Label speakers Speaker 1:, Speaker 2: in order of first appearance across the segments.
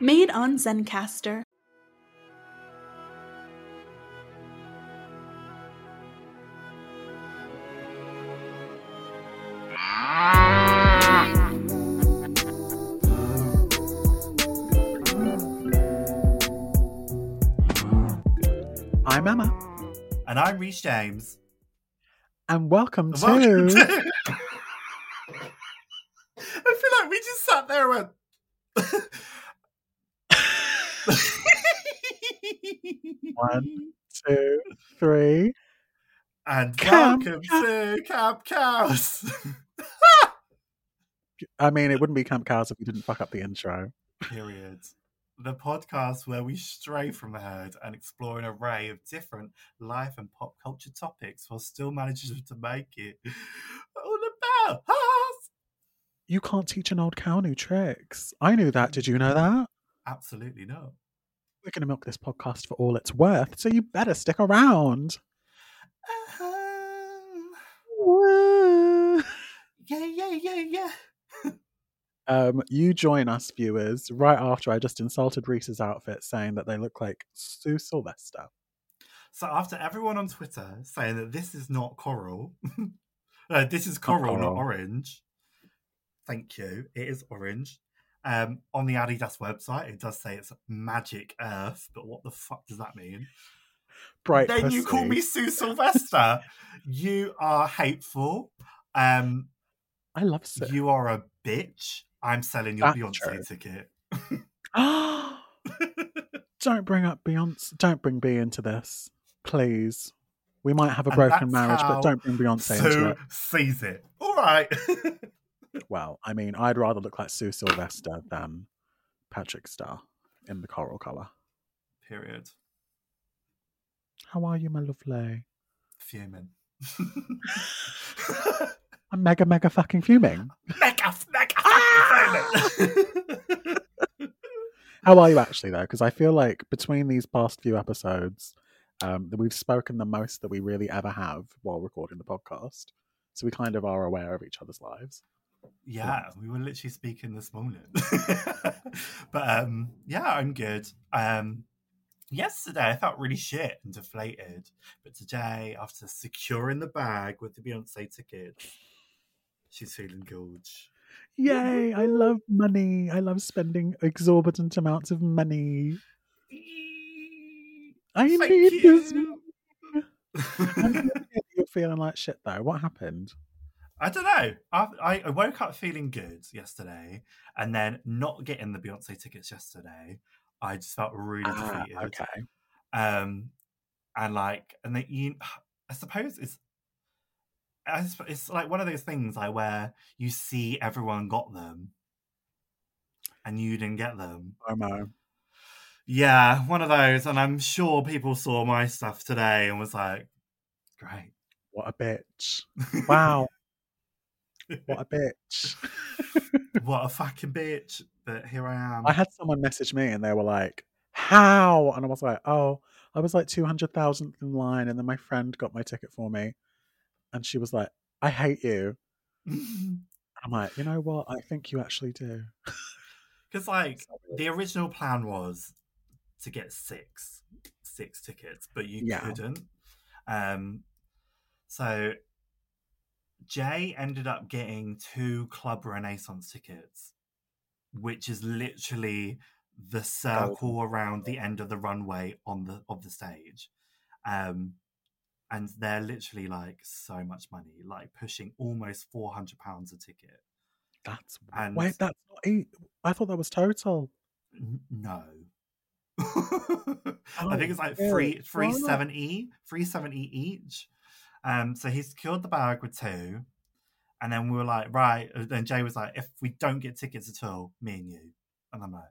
Speaker 1: Made on Zencaster.
Speaker 2: I'm Emma,
Speaker 3: And I'm Reese James.
Speaker 2: and welcome to.
Speaker 3: Welcome to- I feel like we just sat there and went.
Speaker 2: One. two, three.
Speaker 3: And
Speaker 2: Camp
Speaker 3: welcome to Camp Cows.
Speaker 2: I mean, it wouldn't be Camp Cows if we didn't fuck up the intro.
Speaker 3: Period. The podcast where we stray from the herd and explore an array of different life and pop culture topics while still managing to make it Oh, all about us.
Speaker 2: You can't teach an old cow new tricks. I knew that. Did you know that?
Speaker 3: Absolutely not.
Speaker 2: We're going to milk this podcast for all it's worth, so you better stick around.
Speaker 3: Um,
Speaker 2: Woo.
Speaker 3: yeah, yeah, yeah, yeah.
Speaker 2: Um, you join us, viewers, right after I just insulted Reese's outfit, saying that they look like Sue Sylvester.
Speaker 3: So after everyone on Twitter saying that this is not coral, uh, this is coral, not
Speaker 2: coral.
Speaker 3: orange. Thank you. It is orange. Um, on the Adidas website, it does say it's magic earth, but what the fuck does that mean?
Speaker 2: Bright.
Speaker 3: then you call
Speaker 2: pussy.
Speaker 3: me Sue Sylvester. you are hateful. Um,
Speaker 2: I love Sue.
Speaker 3: you are a bitch. I'm selling your
Speaker 2: That's
Speaker 3: Beyonce
Speaker 2: true.
Speaker 3: ticket.
Speaker 2: don't bring up Beyonce. Don't bring B into this, please. We might have a
Speaker 3: And
Speaker 2: broken
Speaker 3: that's
Speaker 2: marriage, but
Speaker 3: how
Speaker 2: don't bring Beyonce into
Speaker 3: Sue
Speaker 2: it.
Speaker 3: sees it. All right.
Speaker 2: Well, I mean, I'd rather look like Sue Sylvester than Patrick Star in the coral color.
Speaker 3: Period.
Speaker 2: How are you, my lovely?
Speaker 3: Fuming.
Speaker 2: I'm mega, mega fucking fuming.
Speaker 3: mega, mega
Speaker 2: How are you actually though? Because I feel like between these past few episodes, um, that we've spoken the most that we really ever have while recording the podcast. So we kind of are aware of each other's lives.
Speaker 3: yeah, we were literally speaking this morning. but um, yeah, I'm good. Um, yesterday I felt really shit and deflated, but today, after securing the bag with the Beyonce ticket, she's feeling good.
Speaker 2: Yay, I love money. I love spending exorbitant amounts of money. I
Speaker 3: Thank
Speaker 2: need this.
Speaker 3: you.
Speaker 2: I'm glad to hear that You're feeling like shit though. What happened?
Speaker 3: I don't know. I, I- I woke up feeling good yesterday, and then not getting the Beyonce tickets yesterday, I just felt really
Speaker 2: Ah,
Speaker 3: defeated.
Speaker 2: okay.
Speaker 3: Um, and like, and then you, I suppose it's, I sp- it's like one of those things like where you see everyone got them, and you didn't get them.
Speaker 2: FOMO.
Speaker 3: Yeah, one of those. And I'm sure people saw my stuff today and was like, great.
Speaker 2: What a bitch. Wow. what a bitch.
Speaker 3: what a fucking bitch. But here I am.
Speaker 2: I had someone message me and they were like, How? And I was like, Oh, I was like 200,000th in line. And then my friend got my ticket for me. And she was like, I hate you.
Speaker 3: Because,
Speaker 2: I'm like, You know what? I think you actually do.
Speaker 3: like, the original plan was to get six, six tickets, but you
Speaker 2: Yeah.
Speaker 3: couldn't. Um, so Jay ended up getting two Club Renaissance tickets, which is literally the circle around the end of the runway on the of the stage. Um, and they're literally like so much money, like pushing almost four hundred pounds a ticket.
Speaker 2: That's
Speaker 3: And-
Speaker 2: wait, that's not eight. I thought that was total.
Speaker 3: N- no. I think it's like
Speaker 2: Oh,
Speaker 3: three three
Speaker 2: why not?
Speaker 3: seventy, three seventy each. Um, so he secured the bag with two, and then we were like, right. and Then Jay was like, if we don't get tickets at all, me and you. And I'm like,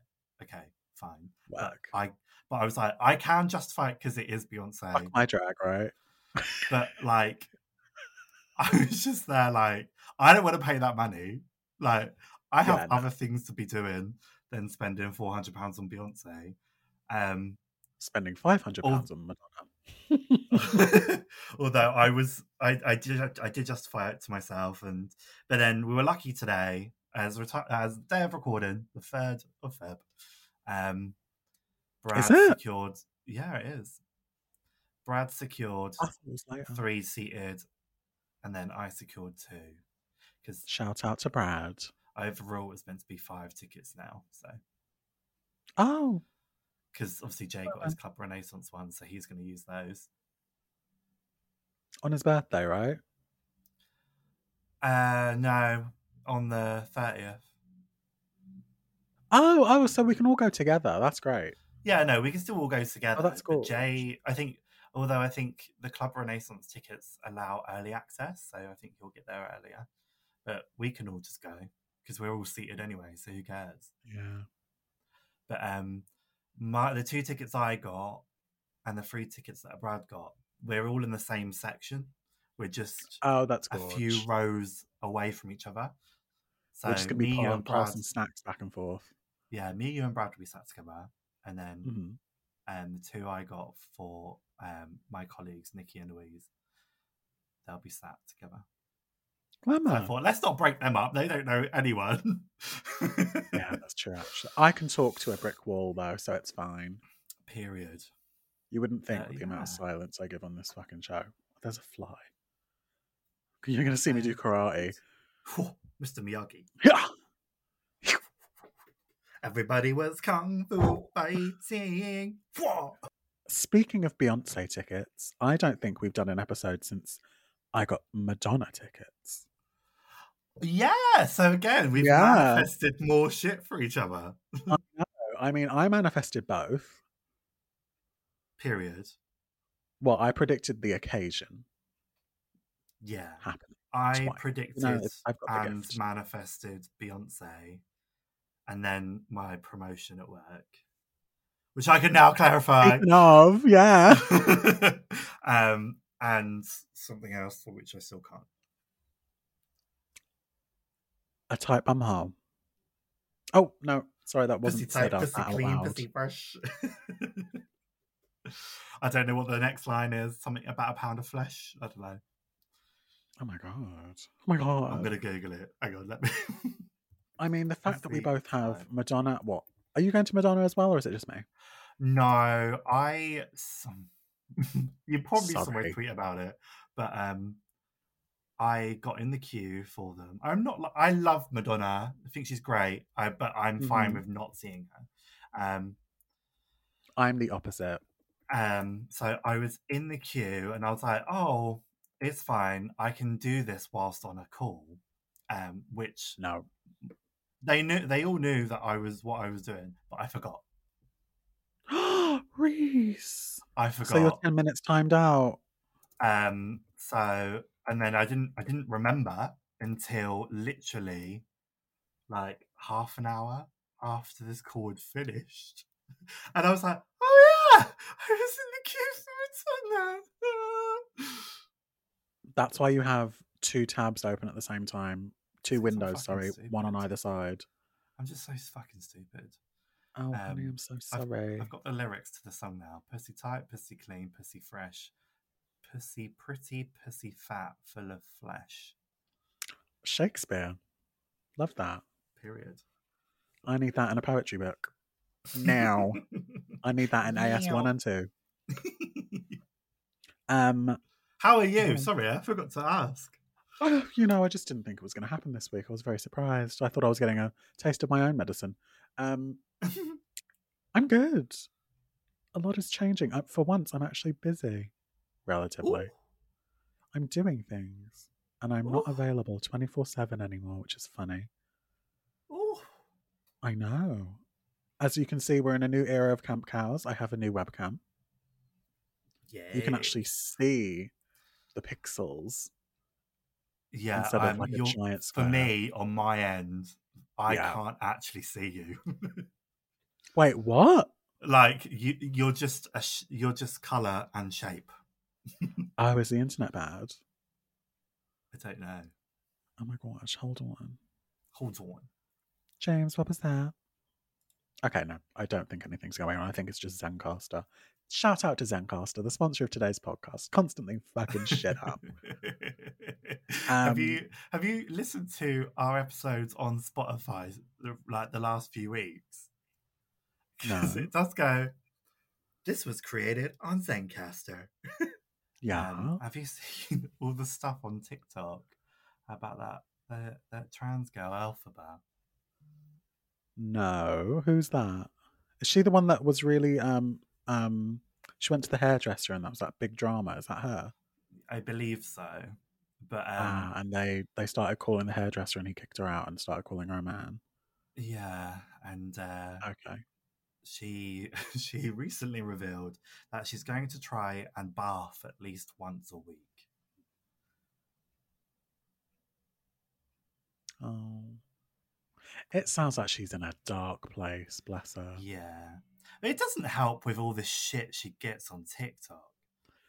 Speaker 3: okay, fine.
Speaker 2: Work.
Speaker 3: I but I was like, I can justify it because it is
Speaker 2: Fuck
Speaker 3: Beyonce.
Speaker 2: my drag, right?
Speaker 3: But like, I was just there like, I don't want to pay that money. Like, I have
Speaker 2: Yeah, no.
Speaker 3: other things to be doing than spending four hundred pounds on Beyonce. Um,
Speaker 2: Spending five hundred
Speaker 3: Oh.
Speaker 2: pounds on Madonna.
Speaker 3: although I was, I, I did, I did justify it to myself, and but then we were lucky today as reti- as day of recording, the third of Feb. Um, Brad
Speaker 2: Is it?
Speaker 3: secured. Yeah, it is. Brad secured
Speaker 2: I thought it was "Oh." later.
Speaker 3: three seated, and then I secured two because
Speaker 2: Shout out to Brad.
Speaker 3: overall it's meant to be five tickets now. So
Speaker 2: Oh,
Speaker 3: because obviously Jay got his Club Renaissance one, so he's going to use those.
Speaker 2: on his birthday, right?
Speaker 3: Uh, no, on the thirtieth.
Speaker 2: Oh, oh, so we can all go together. That's great.
Speaker 3: Yeah, no, we can still all go together.
Speaker 2: Oh, that's
Speaker 3: but
Speaker 2: cool.
Speaker 3: Jay, I think, although I think the Club Renaissance tickets allow early access, so I think you'll get there earlier. But we can all just go because we're all seated anyway, so who cares?
Speaker 2: Yeah.
Speaker 3: But um, my the two tickets I got and the three tickets that Brad got, we're all in the same section. We're just
Speaker 2: Oh, that's
Speaker 3: a
Speaker 2: gorge.
Speaker 3: few rows away from each other. So
Speaker 2: We're just gonna
Speaker 3: me,
Speaker 2: be
Speaker 3: you,
Speaker 2: pa-
Speaker 3: and Brad,
Speaker 2: passing snacks back and forth.
Speaker 3: yeah, me, you, and Brad will be sat together, and then.
Speaker 2: hmm
Speaker 3: and the two I got for um, my colleagues Nikki and Louise. They'll be sat together. So I
Speaker 2: Glamour.
Speaker 3: thought, let's not break them up. They don't know anyone.
Speaker 2: yeah, that's true. Actually, I can talk to a brick wall though, so it's fine.
Speaker 3: Period.
Speaker 2: You wouldn't think
Speaker 3: Uh,
Speaker 2: with the amount of
Speaker 3: yeah.
Speaker 2: silence I give on this fucking show. There's a fly. You're gonna see me do karate.
Speaker 3: Whew, Mr. Miyagi.
Speaker 2: Yeah.
Speaker 3: Everybody was kung fu fighting. Whoa.
Speaker 2: Speaking of Beyonce tickets, I don't think we've done an episode since I got Madonna tickets.
Speaker 3: Yeah. So again, we've
Speaker 2: Yeah.
Speaker 3: manifested more shit for each other.
Speaker 2: I know. I mean, I manifested both.
Speaker 3: Period.
Speaker 2: Well, I predicted the occasion
Speaker 3: Yeah.
Speaker 2: happened.
Speaker 3: I
Speaker 2: why.
Speaker 3: predicted
Speaker 2: it's- I've got the
Speaker 3: and
Speaker 2: gift.
Speaker 3: manifested Beyonce, and then my promotion at work, which I can now clarify.
Speaker 2: Speaking of, yeah.
Speaker 3: um, and something else for which I still can't.
Speaker 2: A type I'm home. Oh no, sorry, that
Speaker 3: Pussy
Speaker 2: wasn't
Speaker 3: tight,
Speaker 2: said out,
Speaker 3: pussy
Speaker 2: out
Speaker 3: clean,
Speaker 2: loud.
Speaker 3: pussy fresh. I don't know what the next line is. Something about a pound of flesh. I don't know.
Speaker 2: Oh my god. Oh my god.
Speaker 3: I'm gonna Google it. Hang on, let me.
Speaker 2: I mean, the fact that we
Speaker 3: Pussy
Speaker 2: both have
Speaker 3: tight.
Speaker 2: Madonna. What are you going to Madonna as well, or is it just me?
Speaker 3: No, I. Some, you probably saw my
Speaker 2: Sorry.
Speaker 3: tweet about it, but um, I got in the queue for them. I'm not. li- I love Madonna. I think she's great. I but I'm fine
Speaker 2: Mhm.
Speaker 3: with not seeing her. Um,
Speaker 2: I'm the opposite.
Speaker 3: um. So I was in the queue and I was like, oh, it's fine. I can do this whilst on a call. Um, which
Speaker 2: No.
Speaker 3: they knew. They all knew that I was what I was doing, but I forgot.
Speaker 2: Reese.
Speaker 3: I forgot.
Speaker 2: So you're ten minutes timed out.
Speaker 3: Um, so and then I didn't I didn't remember until literally like half an hour after this call had finished. And I was like, oh yeah, I was in the queue for Madonna.
Speaker 2: That's why you have two tabs open at the same time, two
Speaker 3: It's
Speaker 2: windows.
Speaker 3: fucking
Speaker 2: Sorry, one on
Speaker 3: stupid.
Speaker 2: either side.
Speaker 3: I'm just so fucking stupid.
Speaker 2: Oh, honey,
Speaker 3: Um,
Speaker 2: I'm so sorry.
Speaker 3: I've got the lyrics to the song now. Pussy tight, pussy clean, pussy fresh, pussy pretty, pussy fat, full of flesh.
Speaker 2: Shakespeare. Love that.
Speaker 3: Period.
Speaker 2: I need that in a poetry book. Now. I need that in AS1
Speaker 3: Meow.
Speaker 2: and 2. Um,
Speaker 3: How are you?
Speaker 2: Mhm.
Speaker 3: Sorry, I forgot to ask.
Speaker 2: oh, you know, I just didn't think it was going to happen this week. I was very surprised. I thought I was getting a taste of my own medicine. Um, I'm good. A lot is changing. Uh, for once, I'm actually busy, relatively.
Speaker 3: Ooh.
Speaker 2: I'm doing things and I'm not
Speaker 3: Ooh.
Speaker 2: available 24 7 anymore, which is funny.
Speaker 3: Ooh.
Speaker 2: I know. As you can see, we're in a new era of Camp Cows. I have a new webcam. You can
Speaker 3: Yay.
Speaker 2: actually see the pixels
Speaker 3: yeah.
Speaker 2: instead
Speaker 3: um,
Speaker 2: of like a
Speaker 3: you're-
Speaker 2: giant
Speaker 3: for
Speaker 2: square.
Speaker 3: me, on my end, I
Speaker 2: Yeah.
Speaker 3: can't actually see you.
Speaker 2: Wait, what?
Speaker 3: like you, you're just a sh- you're just color and shape.
Speaker 2: Oh, is the internet bad?
Speaker 3: I don't know.
Speaker 2: Oh my gosh, hold on.
Speaker 3: Hold on.
Speaker 2: James, what was that? Okay, no, I don't think anything's going on. I think it's just Zencaster. Shout out to Zencaster, the sponsor of today's podcast, constantly fucking shit up.
Speaker 3: have
Speaker 2: Um,
Speaker 3: you have you listened to our episodes on Spotify like the last few weeks? because
Speaker 2: No.
Speaker 3: it does go. This was created on Zencaster.
Speaker 2: Yeah.
Speaker 3: Um, have you seen all the stuff on TikTok about that that, that trans girl Alphabet?
Speaker 2: no. Who's that? Is she the one that was really um um she went to the hairdresser and that was that big drama, is that her?
Speaker 3: I believe so, but um,
Speaker 2: ah, and they they started calling the hairdresser and he kicked her out and started calling her a man.
Speaker 3: yeah, and uh,
Speaker 2: Okay.
Speaker 3: she she recently revealed that she's going to try and bath at least once a week.
Speaker 2: Oh. It sounds like she's in a dark place, bless her.
Speaker 3: Yeah, it doesn't help with all the shit she gets on TikTok.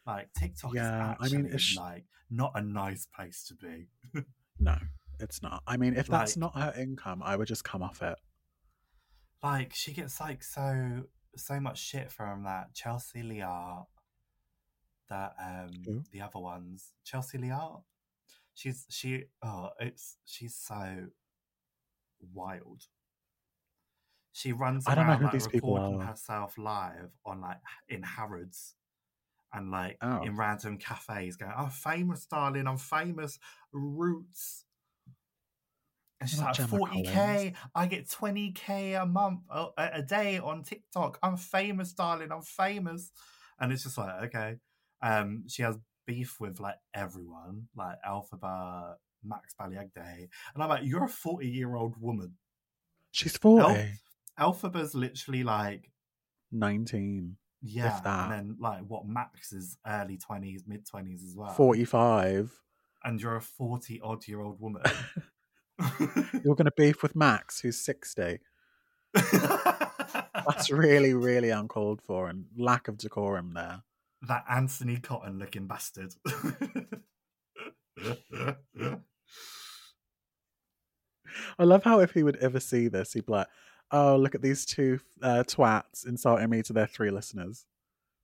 Speaker 3: Like TikTok
Speaker 2: Yeah, I
Speaker 3: is
Speaker 2: mean,
Speaker 3: actually
Speaker 2: if sh-
Speaker 3: like not a nice place to be.
Speaker 2: No, it's not. I mean, if that's
Speaker 3: Like-
Speaker 2: not her income, I would just come off it.
Speaker 3: like she gets like so so much shit from that Chelsea Liart, that um
Speaker 2: Who?
Speaker 3: the other ones Chelsea Liart. She's she oh it's she's so wild. She runs
Speaker 2: I don't know
Speaker 3: around
Speaker 2: who
Speaker 3: like
Speaker 2: these people
Speaker 3: recording
Speaker 2: are.
Speaker 3: herself live on like in Harrods and like
Speaker 2: Oh.
Speaker 3: in random cafes going, I'm famous, darling, I'm famous, roots. And she's
Speaker 2: Not
Speaker 3: like,
Speaker 2: Gemma
Speaker 3: 40k, I get 20k a month, a, a- a day on TikTok. I'm famous, darling, I'm famous. And it's just like, okay. Um, she has beef with like everyone, like Alphaba, Max Baliagde. And I'm like, you're a 40 year old woman.
Speaker 2: She's 40,
Speaker 3: Alphaba's literally like
Speaker 2: 19,
Speaker 3: yeah,
Speaker 2: that.
Speaker 3: and then like what Max is early twenties, mid twenties as well.
Speaker 2: 45.
Speaker 3: and you're a forty odd year old woman.
Speaker 2: You're going to beef with Max, who's 60. That's
Speaker 3: that
Speaker 2: really, really uncalled for and lack of decorum there.
Speaker 3: Anthony Cotton looking bastard.
Speaker 2: I love how if he would ever see this, he'd be like, oh, look at these two uh, twats insulting me to their three listeners.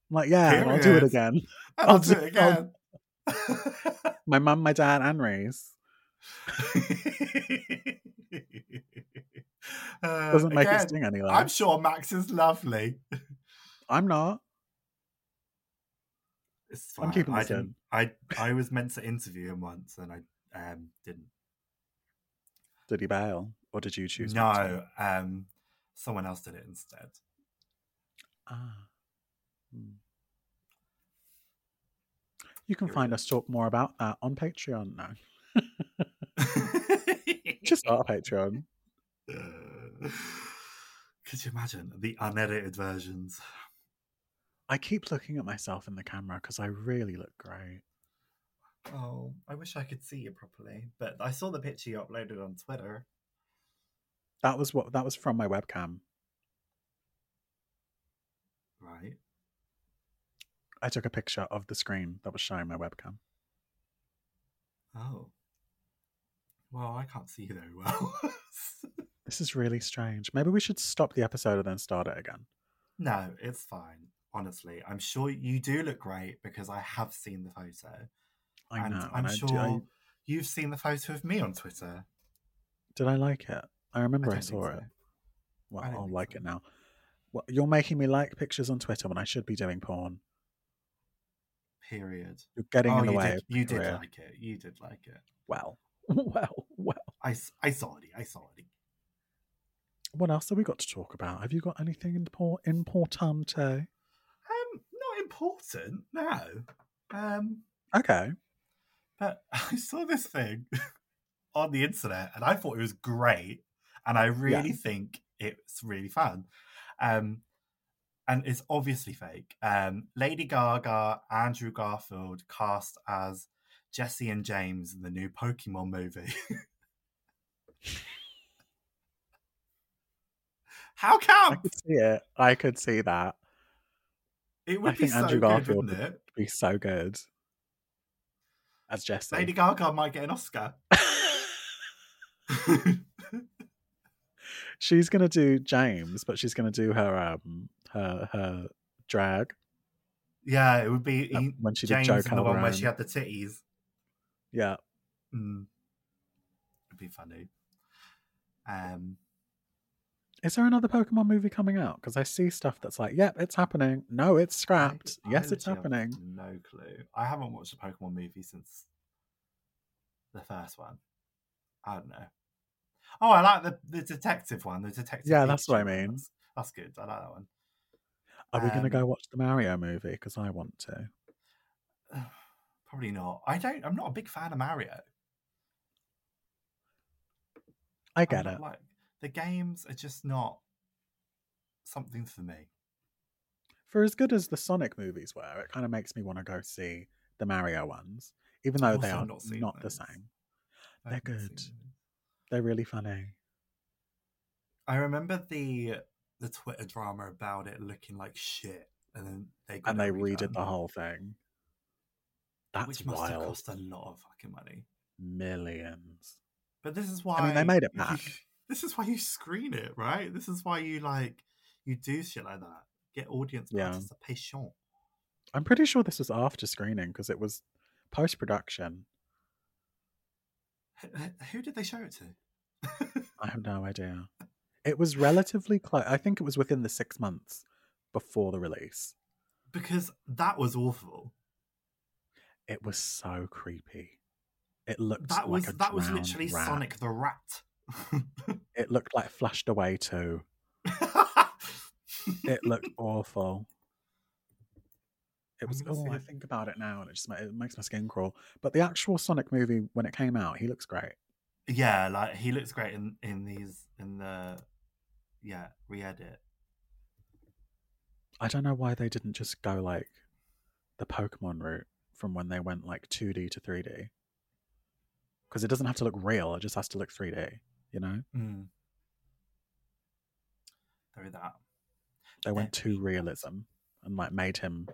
Speaker 2: I'm like, yeah, and I'll do
Speaker 3: Period.
Speaker 2: it again.
Speaker 3: And I'll
Speaker 2: I'll
Speaker 3: do
Speaker 2: do-
Speaker 3: it again.
Speaker 2: My mum, my dad, and Reese.
Speaker 3: Uh,
Speaker 2: Doesn't make
Speaker 3: again,
Speaker 2: it sting any
Speaker 3: I'm
Speaker 2: less.
Speaker 3: sure Max is lovely.
Speaker 2: I'm not.
Speaker 3: It's
Speaker 2: I'm
Speaker 3: fine.
Speaker 2: keeping
Speaker 3: I
Speaker 2: this
Speaker 3: didn't. I I was meant to interview him once, and I um didn't.
Speaker 2: Did he bail? Or did you choose? not to?
Speaker 3: No, um, someone else did it instead.
Speaker 2: Ah. Hmm. You can
Speaker 3: Here it
Speaker 2: find us talk more about that on Patreon now. Just start a Patreon.
Speaker 3: Uh, Could you imagine the unedited versions?
Speaker 2: I keep looking at myself in the camera because I really look great.
Speaker 3: Oh, I wish I could see you properly, but I saw the picture you uploaded on Twitter.
Speaker 2: That was what that was from my webcam.
Speaker 3: Right.
Speaker 2: I took a picture of the screen that was showing my webcam.
Speaker 3: Oh. Well, I can't see you very well.
Speaker 2: This is really strange. Maybe we should stop the episode and then start it again.
Speaker 3: no, it's fine. Honestly, I'm sure you do look great because I have seen the photo.
Speaker 2: I
Speaker 3: and
Speaker 2: know.
Speaker 3: I'm
Speaker 2: and I-
Speaker 3: sure
Speaker 2: do I-
Speaker 3: you've seen the photo of me on Twitter.
Speaker 2: did I like it? I remember I,
Speaker 3: don't think
Speaker 2: saw it.
Speaker 3: so.
Speaker 2: Well,
Speaker 3: I don't
Speaker 2: I'll
Speaker 3: think
Speaker 2: like
Speaker 3: so.
Speaker 2: it now. Well, you're making me like pictures on Twitter when I should be doing porn.
Speaker 3: Period. Oh,
Speaker 2: You're getting in the
Speaker 3: you
Speaker 2: way.
Speaker 3: did.
Speaker 2: of my
Speaker 3: You did
Speaker 2: career.
Speaker 3: like it. You did like it.
Speaker 2: Well, well, well.
Speaker 3: I, s- I saw it. I saw it.
Speaker 2: What else have we got to talk about? Have you got anything impor- importante?
Speaker 3: Um, not important. No. Um,
Speaker 2: Okay.
Speaker 3: but I saw this thing on the internet, and I thought it was great, and I really think it's really fun. Um, and it's obviously fake. Um, Lady Gaga, Andrew Garfield cast as Jesse and James in the new Pokemon movie. How
Speaker 2: I
Speaker 3: come?
Speaker 2: could see it. I could see that.
Speaker 3: It
Speaker 2: I
Speaker 3: would be
Speaker 2: think
Speaker 3: so
Speaker 2: Andrew
Speaker 3: good,
Speaker 2: Garfield
Speaker 3: wouldn't it?
Speaker 2: It'd be so good. As Jesse.
Speaker 3: Lady Gaga might get an Oscar.
Speaker 2: she's going to do James, but she's going to do her um her her drag.
Speaker 3: yeah, it would be
Speaker 2: Um,
Speaker 3: he-
Speaker 2: when she did
Speaker 3: James
Speaker 2: Joe
Speaker 3: in the one where she
Speaker 2: Calderone.
Speaker 3: had the titties.
Speaker 2: Yeah.
Speaker 3: Mm. It'd be funny. Um,
Speaker 2: Is there another Pokemon movie coming out? Because I see stuff that's like, yep, it's happening. No, it's scrapped.
Speaker 3: I- I
Speaker 2: yes, it's
Speaker 3: literally have
Speaker 2: happening.
Speaker 3: No clue. I haven't watched a Pokemon movie since the first one. I don't know. Oh, I like the, the detective one. The detective.
Speaker 2: Yeah, that's what I
Speaker 3: Pikachu one.
Speaker 2: mean.
Speaker 3: That's, that's good. I like that one.
Speaker 2: Are we going to
Speaker 3: Um,
Speaker 2: go watch the Mario movie? Because I want to.
Speaker 3: Probably not. I don't. I'm not a big fan of Mario.
Speaker 2: I
Speaker 3: I'm
Speaker 2: get
Speaker 3: not
Speaker 2: it.
Speaker 3: Like the games are just not something for me.
Speaker 2: For as good as the Sonic movies were, it kind of makes me want to go see the Mario ones, even though they
Speaker 3: Also
Speaker 2: are
Speaker 3: not
Speaker 2: not,
Speaker 3: seen
Speaker 2: the
Speaker 3: those.
Speaker 2: same.
Speaker 3: I
Speaker 2: They're
Speaker 3: haven't seen
Speaker 2: good.
Speaker 3: them.
Speaker 2: They're really funny.
Speaker 3: I remember the the Twitter drama about it looking like shit, and then they got
Speaker 2: And
Speaker 3: it
Speaker 2: they redid
Speaker 3: redone,
Speaker 2: the whole thing. That's
Speaker 3: which must have
Speaker 2: wild.
Speaker 3: cost a lot of fucking money.
Speaker 2: Millions.
Speaker 3: But this is why
Speaker 2: I mean, they made it
Speaker 3: you-
Speaker 2: back.
Speaker 3: This is why you screen it, right? This is why you like you do shit like that. Get audience
Speaker 2: Yeah.
Speaker 3: participation.
Speaker 2: I'm pretty sure this was after screening because it was post production.
Speaker 3: Who, who did they show it to?
Speaker 2: I have no idea. It was relatively close. I think it was within the six months before the release.
Speaker 3: Because that was awful.
Speaker 2: It was so creepy. It looked
Speaker 3: That
Speaker 2: like
Speaker 3: was
Speaker 2: a
Speaker 3: that was
Speaker 2: drowned
Speaker 3: literally
Speaker 2: rat.
Speaker 3: Sonic the Rat.
Speaker 2: It looked like flushed away too. It looked awful. It
Speaker 3: I'm
Speaker 2: was.
Speaker 3: gonna
Speaker 2: Oh,
Speaker 3: see
Speaker 2: I
Speaker 3: it.
Speaker 2: think about it now, and it just ma- it makes my skin crawl. But the actual Sonic movie, when it came out, he looks great.
Speaker 3: yeah, like he looks great in in these in the yeah re-edit.
Speaker 2: I don't know why they didn't just go like the Pokemon route from when they went like 2D to 3D. Because it doesn't have to look real, it just has to look 3D, you know?
Speaker 3: Mm. Through that,
Speaker 2: They went
Speaker 3: That
Speaker 2: to realism and like made him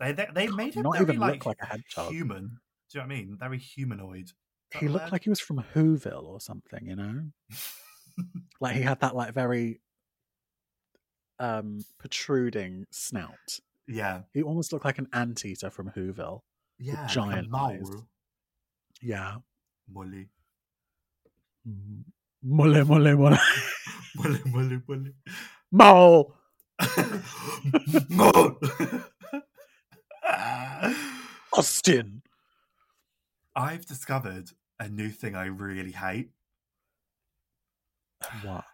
Speaker 3: they they, they made him
Speaker 2: not
Speaker 3: very,
Speaker 2: even
Speaker 3: like,
Speaker 2: look like a hedgehog.
Speaker 3: human. Do you know what I mean? Very humanoid.
Speaker 2: he looked like he was from Whoville or something, you know? Like he had that like very um protruding snout.
Speaker 3: yeah,
Speaker 2: He almost looked like an anteater from Whoville.
Speaker 3: yeah, like a
Speaker 2: giant
Speaker 3: mole.
Speaker 2: eyes. Yeah.
Speaker 3: Molly,
Speaker 2: Mm. Mole mole mole.
Speaker 3: molly, molly, molly.
Speaker 2: Mole.
Speaker 3: Mole.
Speaker 2: Austin.
Speaker 3: I've discovered a new thing I really hate.
Speaker 2: What?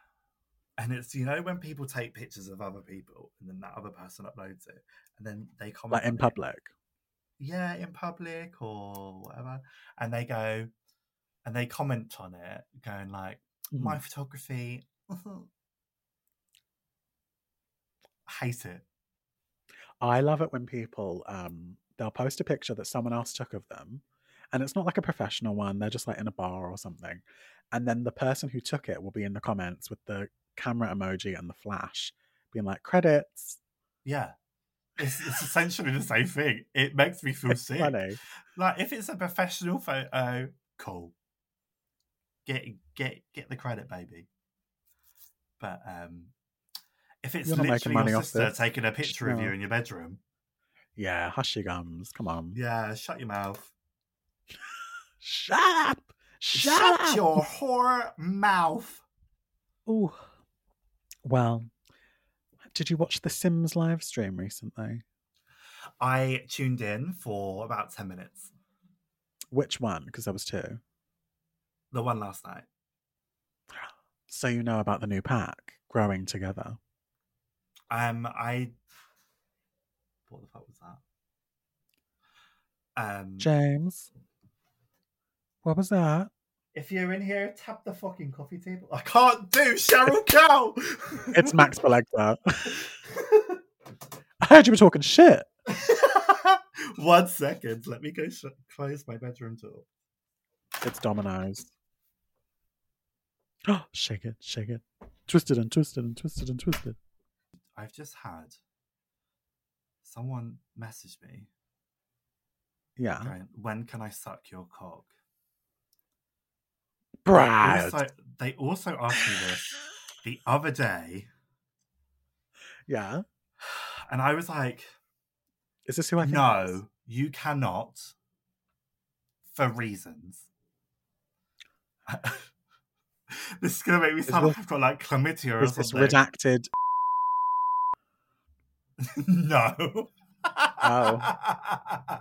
Speaker 3: And it's you know when people take pictures of other people and then that other person uploads it and then they comment
Speaker 2: Like in
Speaker 3: on it.
Speaker 2: public.
Speaker 3: yeah in public or whatever and they go and they comment on it going like my
Speaker 2: Hmm.
Speaker 3: photography hate it
Speaker 2: I love it when people um they'll post a picture that someone else took of them and it's not like a professional one, they're just like in a bar or something. And then the person who took it will be in the comments with the camera emoji and the flash being like credits.
Speaker 3: yeah it's, it's essentially the same thing it makes me feel
Speaker 2: It's
Speaker 3: Oh, sick
Speaker 2: funny.
Speaker 3: like if it's a professional photo cool get get get the credit baby but um if it's
Speaker 2: You're not making
Speaker 3: literally
Speaker 2: money
Speaker 3: your
Speaker 2: off
Speaker 3: sister
Speaker 2: this.
Speaker 3: taking a picture of you
Speaker 2: No.
Speaker 3: in your bedroom
Speaker 2: Yeah, hush your gums. Come on.
Speaker 3: yeah shut your mouth
Speaker 2: Shut up. Shut,
Speaker 3: Shut
Speaker 2: up.
Speaker 3: your whore mouth.
Speaker 2: Ooh. Well, did you watch the Sims live stream recently?
Speaker 3: I tuned in for about 10 minutes.
Speaker 2: Which one? Because there was two.
Speaker 3: The one last night.
Speaker 2: So you know about the new pack growing together.
Speaker 3: Um, I. What the fuck was that? Um,
Speaker 2: Mm. James, what was that?
Speaker 3: if you're in here, tap the fucking coffee table. I can't do Cheryl Cow.
Speaker 2: It's Max Belector. I heard you were talking shit.
Speaker 3: one second. Let me go sh- close my bedroom door.
Speaker 2: It's Dominoes. shake it, shake it. Twisted and twisted and twisted and twisted.
Speaker 3: I've just had someone message me
Speaker 2: Yeah.
Speaker 3: going, "When can I suck your cock?"
Speaker 2: Brad.
Speaker 3: Also, they also asked me this the other day,
Speaker 2: Yeah.
Speaker 3: and I was like,
Speaker 2: Is this who I think? it is?
Speaker 3: "No, you cannot, for reasons." This is gonna make me
Speaker 2: Is
Speaker 3: sound like
Speaker 2: this-
Speaker 3: I've got like chlamydia or
Speaker 2: Is this
Speaker 3: something.
Speaker 2: redacted?
Speaker 3: no.
Speaker 2: Oh. I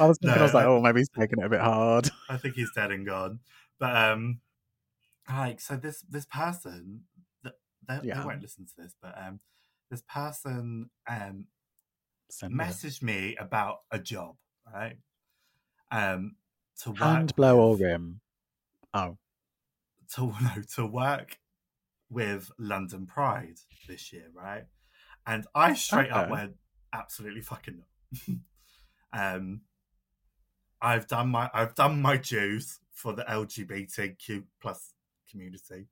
Speaker 2: was thinking,
Speaker 3: No,
Speaker 2: I was like, oh, maybe he's taking it a bit hard.
Speaker 3: I think he's dead and gone. But um, like so this this person th- they, they
Speaker 2: Yeah.
Speaker 3: won't listen to this, but um, this person um
Speaker 2: Send it.
Speaker 3: messaged me about a job, right? Um, to work
Speaker 2: Hand blow or
Speaker 3: with-
Speaker 2: rim? Oh,
Speaker 3: to no, to work with London Pride this year, right? And I straight up
Speaker 2: Okay.
Speaker 3: went absolutely fucking not. um, I've done my I've done my dues for the LGBTQ plus community,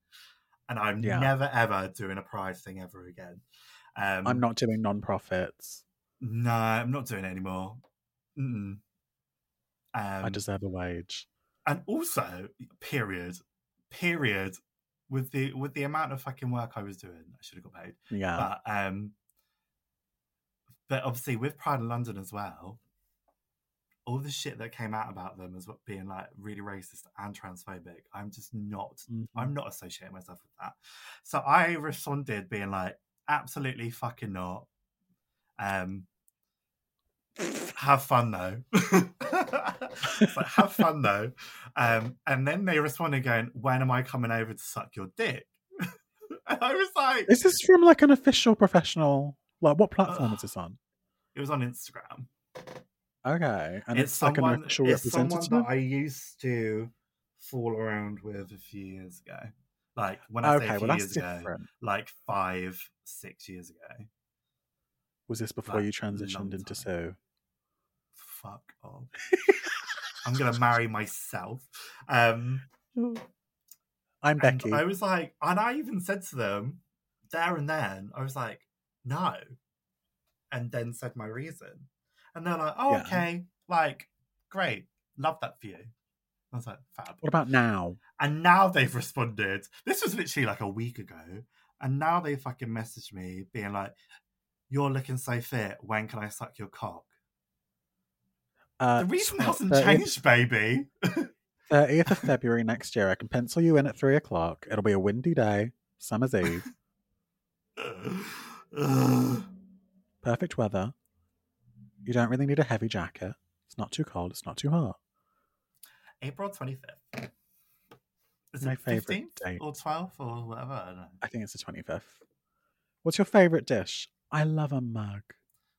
Speaker 3: and I'm
Speaker 2: Yeah.
Speaker 3: never ever doing a Pride thing ever again. Um,
Speaker 2: I'm not doing non-profits.
Speaker 3: No, I'm not doing it anymore. Mm-mm. Um,
Speaker 2: I deserve a wage.
Speaker 3: and also period period with the with the amount of fucking work i was doing i should have got paid
Speaker 2: Yeah.
Speaker 3: but um but obviously with pride in london as well all the shit that came out about them as what being like really racist and transphobic i'm just not
Speaker 2: Mhm.
Speaker 3: i'm not associating myself with that so i responded being like absolutely fucking not um have fun though It's like, have fun though um, and then they responded going, "When am I coming over to suck your dick?" and I was like,
Speaker 2: Is this from like an official professional? Like, what platform is this on?
Speaker 3: "It was on Instagram,
Speaker 2: Okay, and it's, like an actual
Speaker 3: it's someone
Speaker 2: representative.
Speaker 3: that I used to fool around with a few years ago. Like when I say
Speaker 2: okay,
Speaker 3: a few
Speaker 2: well that's
Speaker 3: years
Speaker 2: different.
Speaker 3: ago, like five, six years ago.
Speaker 2: Was this before
Speaker 3: Like,
Speaker 2: you
Speaker 3: long
Speaker 2: transitioned into Sue?
Speaker 3: Fuck off! I'm gonna marry myself." Um,
Speaker 2: I'm
Speaker 3: And
Speaker 2: Becky.
Speaker 3: I was like, and I even said to them there and then, I was like, no. And then said my reason. And they're like, oh,
Speaker 2: Yeah.
Speaker 3: okay. Like, great. Love that for you. I was like, fab.
Speaker 2: What about now?
Speaker 3: And now they've responded. This was literally like a week ago. And now they fucking messaged me being like, you're looking so fit. When can I suck your cock?
Speaker 2: Uh,
Speaker 3: The reason
Speaker 2: tw-
Speaker 3: hasn't
Speaker 2: 30th
Speaker 3: changed, baby.
Speaker 2: 30th of February next year. I can pencil you in at three o'clock. It'll be a windy day, summer's eve,
Speaker 3: Ugh.
Speaker 2: perfect weather. You don't really need a heavy jacket. It's not too cold. It's not too hot.
Speaker 3: April 25th. Is
Speaker 2: My
Speaker 3: it Oh.
Speaker 2: favourite
Speaker 3: 15th
Speaker 2: date.
Speaker 3: or 12th or whatever? I don't know.
Speaker 2: I think it's the 25th. What's your favourite dish? I love a mug.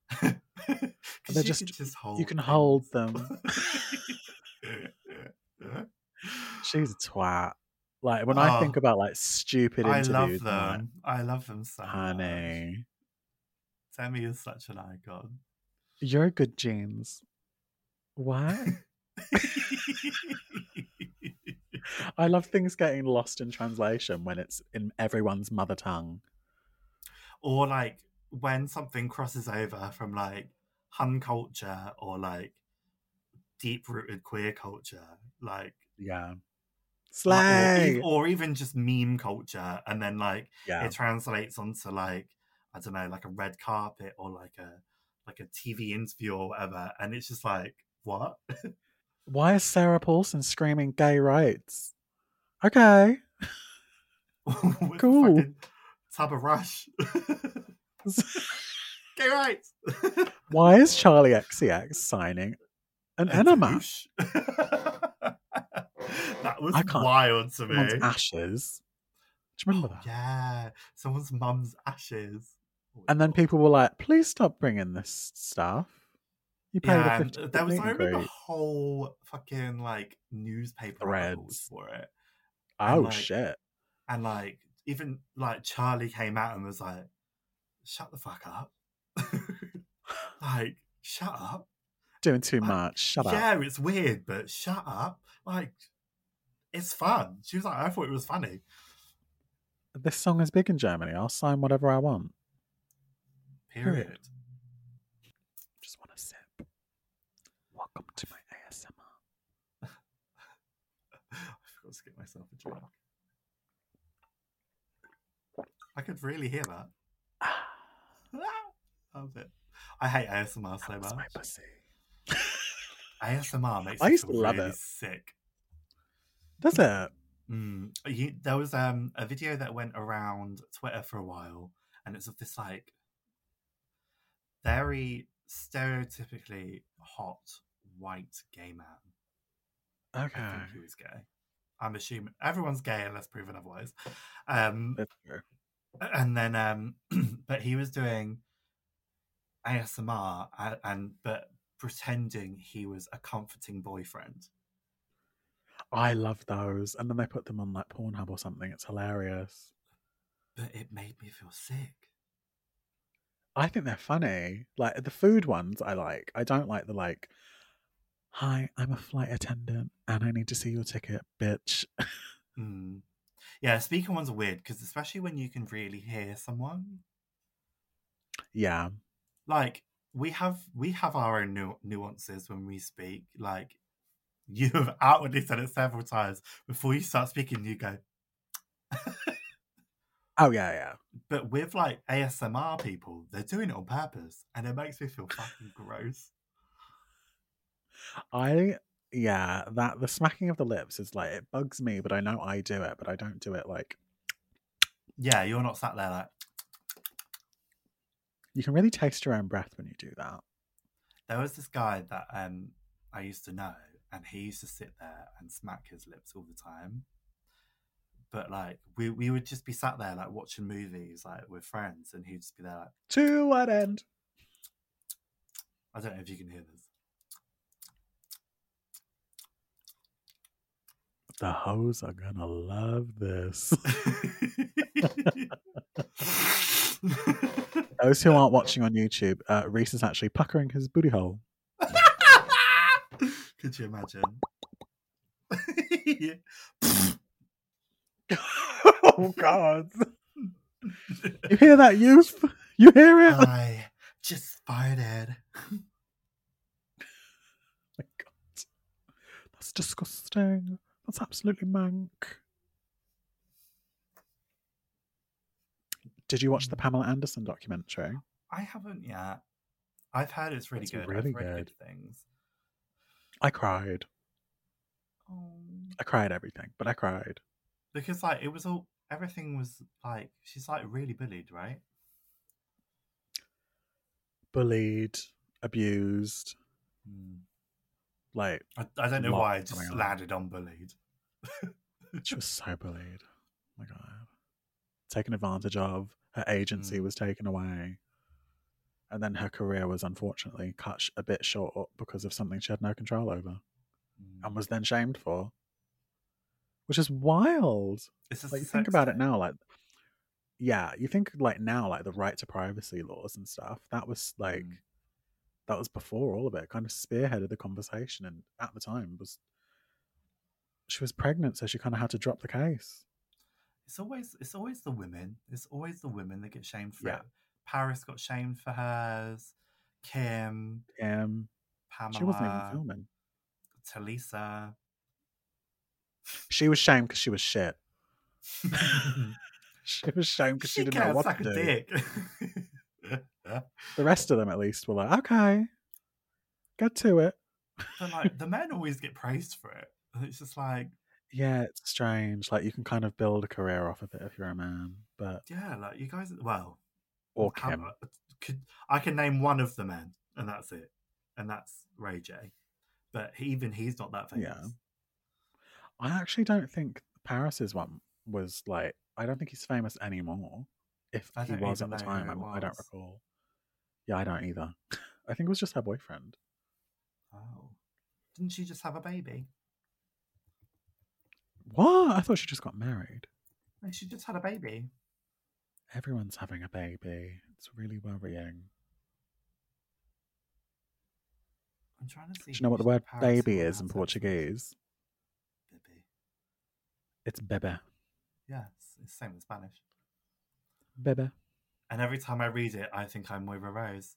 Speaker 3: 'Cause
Speaker 2: They're
Speaker 3: you
Speaker 2: just-
Speaker 3: can just hold
Speaker 2: you can hold
Speaker 3: them.
Speaker 2: She's a twat. Like when I
Speaker 3: Oh.
Speaker 2: think about like stupid
Speaker 3: I
Speaker 2: interviews,
Speaker 3: love
Speaker 2: I'm like,
Speaker 3: them. I love them so much.
Speaker 2: honey,
Speaker 3: Demi is such an icon.
Speaker 2: you're good jeans. What? I love things getting lost in translation when it's in everyone's mother tongue.
Speaker 3: or like when something crosses over from like Hun culture or like deep rooted queer culture, like
Speaker 2: Yeah.
Speaker 3: Like, Or,
Speaker 2: Slay.
Speaker 3: ev- or even just meme culture, and then like
Speaker 2: Yeah.
Speaker 3: it translates onto like I don't know, like a red carpet or like a like a TV interview or whatever, and it's just like what?
Speaker 2: Why is Sarah Paulson screaming gay rights? Okay.
Speaker 3: With
Speaker 2: Cool.
Speaker 3: fucking Tub of rush. Gay rights.
Speaker 2: Why is Charlie XCX signing an enema?
Speaker 3: douche. that was
Speaker 2: I can't-
Speaker 3: wild to me.
Speaker 2: Someone's ashes. Do you remember that?
Speaker 3: Yeah, someone's mum's ashes. Oh my
Speaker 2: And then
Speaker 3: God.
Speaker 2: people were like, please stop bringing this stuff. You paid
Speaker 3: Yeah,
Speaker 2: a
Speaker 3: and
Speaker 2: 50
Speaker 3: there was I
Speaker 2: meet and
Speaker 3: remember
Speaker 2: greet."
Speaker 3: whole fucking like newspaper
Speaker 2: Threads.
Speaker 3: articles for it,
Speaker 2: Oh,
Speaker 3: like-
Speaker 2: shit.
Speaker 3: and like even like Charlie came out and was like, "Shut the fuck up!" like, shut up.
Speaker 2: Doing too
Speaker 3: I-
Speaker 2: much. Shut up.
Speaker 3: yeah, it's weird, but shut up. Like, it's fun. She was like, "I thought it was funny."
Speaker 2: This song is big in Germany. I'll sign whatever I want. Period.
Speaker 3: Period.
Speaker 2: Just want a sip. Welcome to my ASMR.
Speaker 3: I forgot to get myself a drink. I could really hear that. Love it. I hate ASMR so
Speaker 2: That was my
Speaker 3: much.
Speaker 2: pussy.
Speaker 3: ASMR makes
Speaker 2: I
Speaker 3: me
Speaker 2: used to
Speaker 3: feel
Speaker 2: love
Speaker 3: really
Speaker 2: it.
Speaker 3: sick.
Speaker 2: Does it?
Speaker 3: Mm. You, there was um, a video that went around Twitter for a while, and it's of this like very stereotypically hot white gay man. I
Speaker 2: Okay.
Speaker 3: think he was gay. I'm assuming everyone's gay unless proven otherwise. Um,
Speaker 2: That's true.
Speaker 3: and then, um, but he was doing ASMR and, and but pretending he was a comforting boyfriend.
Speaker 2: I love those. And then they put them on like Pornhub or something. It's hilarious.
Speaker 3: But it made me feel sick.
Speaker 2: I think they're funny. Like the food ones I like. I don't like the like Hi, I'm a flight attendant and I need to see your ticket, bitch.
Speaker 3: Mm. Yeah, speaker ones are weird because especially when you can really hear someone.
Speaker 2: Yeah.
Speaker 3: Like we have we have our own nu- nuances when we speak. Like you have outwardly said it several times before you start speaking. You go,
Speaker 2: Oh yeah, yeah.
Speaker 3: but with like ASMR people, they're doing it on purpose, and it makes me feel fucking gross.
Speaker 2: I yeah, that the smacking of the lips is like it bugs me, but I know I do it, but I don't do it like
Speaker 3: Yeah, you're not sat there like
Speaker 2: you can really taste your own breath when you do that.
Speaker 3: there was this guy that um I used to know, and he used to sit there and smack his lips all the time. But like we we would just be sat there like watching movies like with friends, and he'd just be there like,
Speaker 2: To what end?
Speaker 3: I don't know if you can hear this.
Speaker 2: The hoes are gonna love this. Those who aren't watching on YouTube, uh, Reese is actually puckering his booty hole.
Speaker 3: Could you imagine?
Speaker 2: oh God! You hear that, youth? You hear it? Oh
Speaker 3: I just farted.
Speaker 2: my God, that's disgusting. That's absolutely mank. Did you watch the Pamela Anderson documentary?
Speaker 3: I haven't yet. I've heard it's really
Speaker 2: It's
Speaker 3: good.
Speaker 2: really
Speaker 3: I've read good.
Speaker 2: good.
Speaker 3: things.
Speaker 2: I cried.
Speaker 3: Oh.
Speaker 2: I cried everything, but I cried.
Speaker 3: because like it was all everything was like she's like really bullied right
Speaker 2: Bullied, abused, like
Speaker 3: I, I don't know
Speaker 2: Lot
Speaker 3: why i just
Speaker 2: going on.
Speaker 3: landed on bullied
Speaker 2: She was so bullied. Oh my god. Taken advantage of. Her agency was taken away. And then her career was unfortunately cut sh- a bit short because of something she had no control over and was then shamed for. Which is wild.
Speaker 3: it's just
Speaker 2: Like you think
Speaker 3: sex
Speaker 2: about it
Speaker 3: thing.
Speaker 2: now, like yeah, you think like now, like the right to privacy laws and stuff. That was like
Speaker 3: Mm.
Speaker 2: that was before all of it. Kind of spearheaded the conversation, and at the time was she was pregnant, so she kind of had to drop the case.
Speaker 3: it's always it's always the women it's always the women that get shamed for
Speaker 2: Yeah.
Speaker 3: it paris got shamed for hers kim
Speaker 2: Um,
Speaker 3: pamela
Speaker 2: she wasn't even filming.
Speaker 3: talisa
Speaker 2: She was shamed because she was shit. She was shamed because she, didn't know
Speaker 3: can't
Speaker 2: what
Speaker 3: suck
Speaker 2: to
Speaker 3: a
Speaker 2: do.
Speaker 3: dick
Speaker 2: The rest of them, at least, were like, "Okay, get to it."
Speaker 3: but like the men always get praised for it it's just like
Speaker 2: Yeah, it's strange. Like you can kind of build a career off of it if you're a man, but
Speaker 3: yeah like you guys well
Speaker 2: or
Speaker 3: How-
Speaker 2: Kim.
Speaker 3: could, I can name one of the men, and that's it. And that's Ray J. But he, even he's not that famous.
Speaker 2: Yeah. I actually don't think Paris's one was like. I don't think he's famous anymore. If
Speaker 3: I
Speaker 2: he
Speaker 3: don't
Speaker 2: was at
Speaker 3: even
Speaker 2: the
Speaker 3: know who
Speaker 2: time,
Speaker 3: it
Speaker 2: I'm, I don't
Speaker 3: was.
Speaker 2: recall. Yeah, I don't either. I think it was just her boyfriend.
Speaker 3: Oh. Didn't she just have a baby?
Speaker 2: What? I thought she just got married.
Speaker 3: No, She just had a baby.
Speaker 2: Everyone's having a baby. It's really worrying.
Speaker 3: I'm trying to see.
Speaker 2: Do you know what the
Speaker 3: who's
Speaker 2: word
Speaker 3: Paris
Speaker 2: baby
Speaker 3: someone
Speaker 2: is in
Speaker 3: else
Speaker 2: Portuguese?
Speaker 3: Baby.
Speaker 2: It's bebe.
Speaker 3: Yeah, it's, it's the same in Spanish.
Speaker 2: Bebe.
Speaker 3: And every time I read it, I think I'm Moira Rose.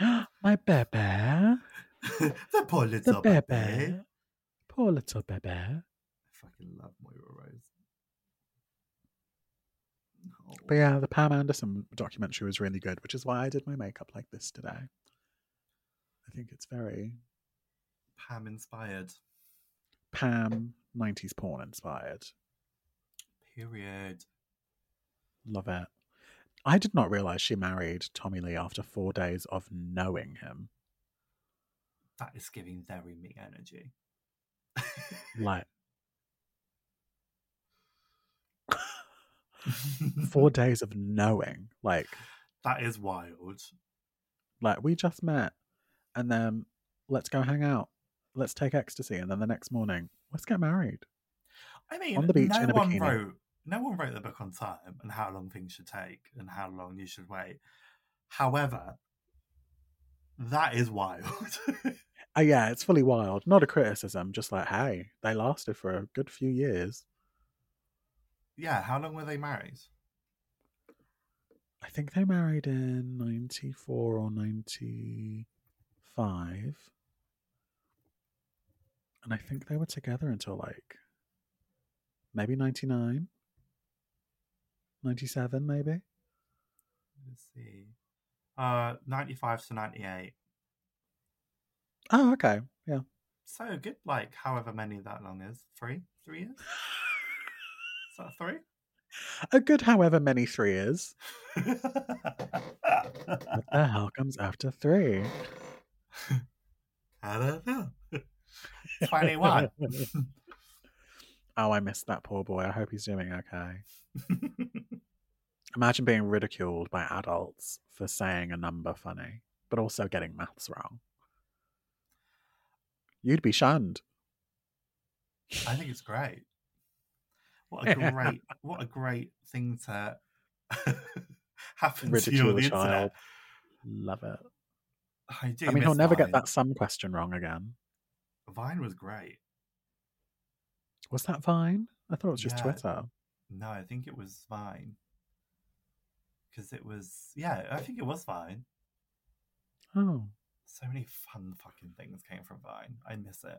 Speaker 2: My bebe.
Speaker 3: the poor little
Speaker 2: The
Speaker 3: baby.
Speaker 2: bebe. Poor little bebe.
Speaker 3: I fucking love Moira Rose. Oh.
Speaker 2: But yeah, the Pam Anderson documentary was really good, which is why I did my makeup like this today. I think it's very
Speaker 3: Pam inspired.
Speaker 2: Pam, 90s porn inspired.
Speaker 3: Period.
Speaker 2: Love it. I did not realize she married Tommy Lee after four days of knowing him.
Speaker 3: That is giving very me energy.
Speaker 2: Like, four days of knowing. Like,
Speaker 3: that is wild.
Speaker 2: like we just met and then let's go hang out. Let's take ecstasy. And then the next morning, let's get married.
Speaker 3: I mean,
Speaker 2: On the beach
Speaker 3: no
Speaker 2: in a
Speaker 3: one
Speaker 2: bikini.
Speaker 3: wrote no one wrote the book on time and how long things should take and how long you should wait. However, that is wild.
Speaker 2: Uh, yeah, it's fully wild. Not a criticism, just like, hey, they lasted for a good few years.
Speaker 3: yeah, how long were they married?
Speaker 2: I think they married in 94 or 95. And I think they were together until like maybe 99, 97, maybe.
Speaker 3: Let's see. Uh, 95 to 98.
Speaker 2: Oh, okay. Yeah.
Speaker 3: So a good, like, however many that long is. Three? Three years? Is that three?
Speaker 2: A good however many three is. What the hell comes after three?
Speaker 3: I don't know. 21.
Speaker 2: Oh, I missed that poor boy. I hope he's doing okay. Imagine being ridiculed by adults for saying a number funny, but also getting maths wrong. You'd be shunned.
Speaker 3: I think it's great. What a great, what a great thing to happen to you
Speaker 2: Ridicule
Speaker 3: on the
Speaker 2: a
Speaker 3: internet.
Speaker 2: child. Love it.
Speaker 3: I do.
Speaker 2: I mean, he'll
Speaker 3: miss
Speaker 2: never get
Speaker 3: Vine.
Speaker 2: that sum question wrong again.
Speaker 3: Vine was great.
Speaker 2: Was that Vine? I thought it was just
Speaker 3: Yeah.
Speaker 2: Twitter.
Speaker 3: No, I think it was Vine. Because it was, yeah, I think it was Vine.
Speaker 2: Oh,
Speaker 3: So many fun fucking things came from Vine. I miss it.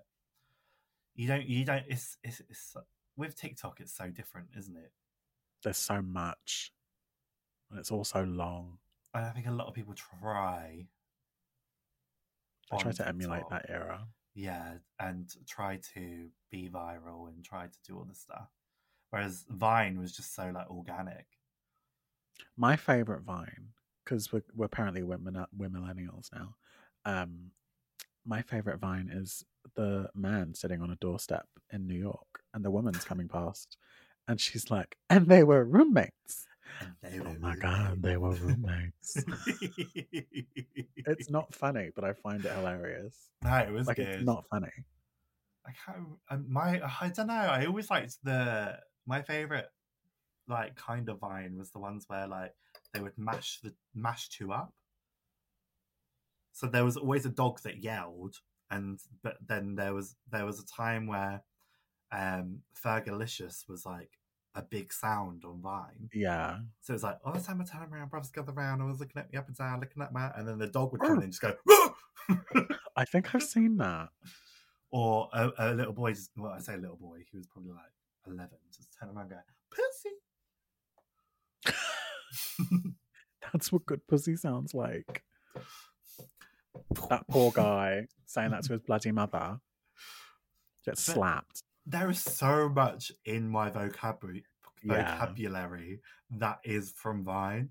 Speaker 3: You don't, you don't. It's, it's, it's with TikTok. It's so different, isn't it?
Speaker 2: there's so much. And it's all so long.
Speaker 3: And I think a lot of people try.
Speaker 2: I try
Speaker 3: on
Speaker 2: to emulate
Speaker 3: TikTok.
Speaker 2: that era.
Speaker 3: yeah, and try to be viral and try to do all this stuff. Whereas Vine was just so like organic.
Speaker 2: my favorite vine because we're, we're apparently we're, min- we're millennials now um my favorite vine is the man sitting on a doorstep in new york and the woman's coming past and she's like and they were roommates
Speaker 3: And they
Speaker 2: oh
Speaker 3: were
Speaker 2: my god they were roommates
Speaker 3: it's
Speaker 2: it's not funny but i find it hilarious
Speaker 3: no, it was
Speaker 2: like
Speaker 3: good.
Speaker 2: it's not funny
Speaker 3: I can't. Um, my I don't know. I always liked the my favorite like kind of Vine was the ones where like they would mash the mash two up. So there was always a dog that yelled, and but then there was there was a time where um Fergalicious was like a big sound on Vine.
Speaker 2: yeah
Speaker 3: So it was like, all the time I turn around, brothers gather round, I was looking at me up and down, looking at my and then the dog would come in and just go, "Whoa!"
Speaker 2: i think i've seen that
Speaker 3: or a, a little boy just well i say little boy he was probably like 11 just turn around and go pussy
Speaker 2: that's what good pussy sounds like that poor guy saying that to his bloody mother gets
Speaker 3: But-
Speaker 2: slapped
Speaker 3: there is so much in my vocabulary
Speaker 2: yeah
Speaker 3: vocabulary that is from vine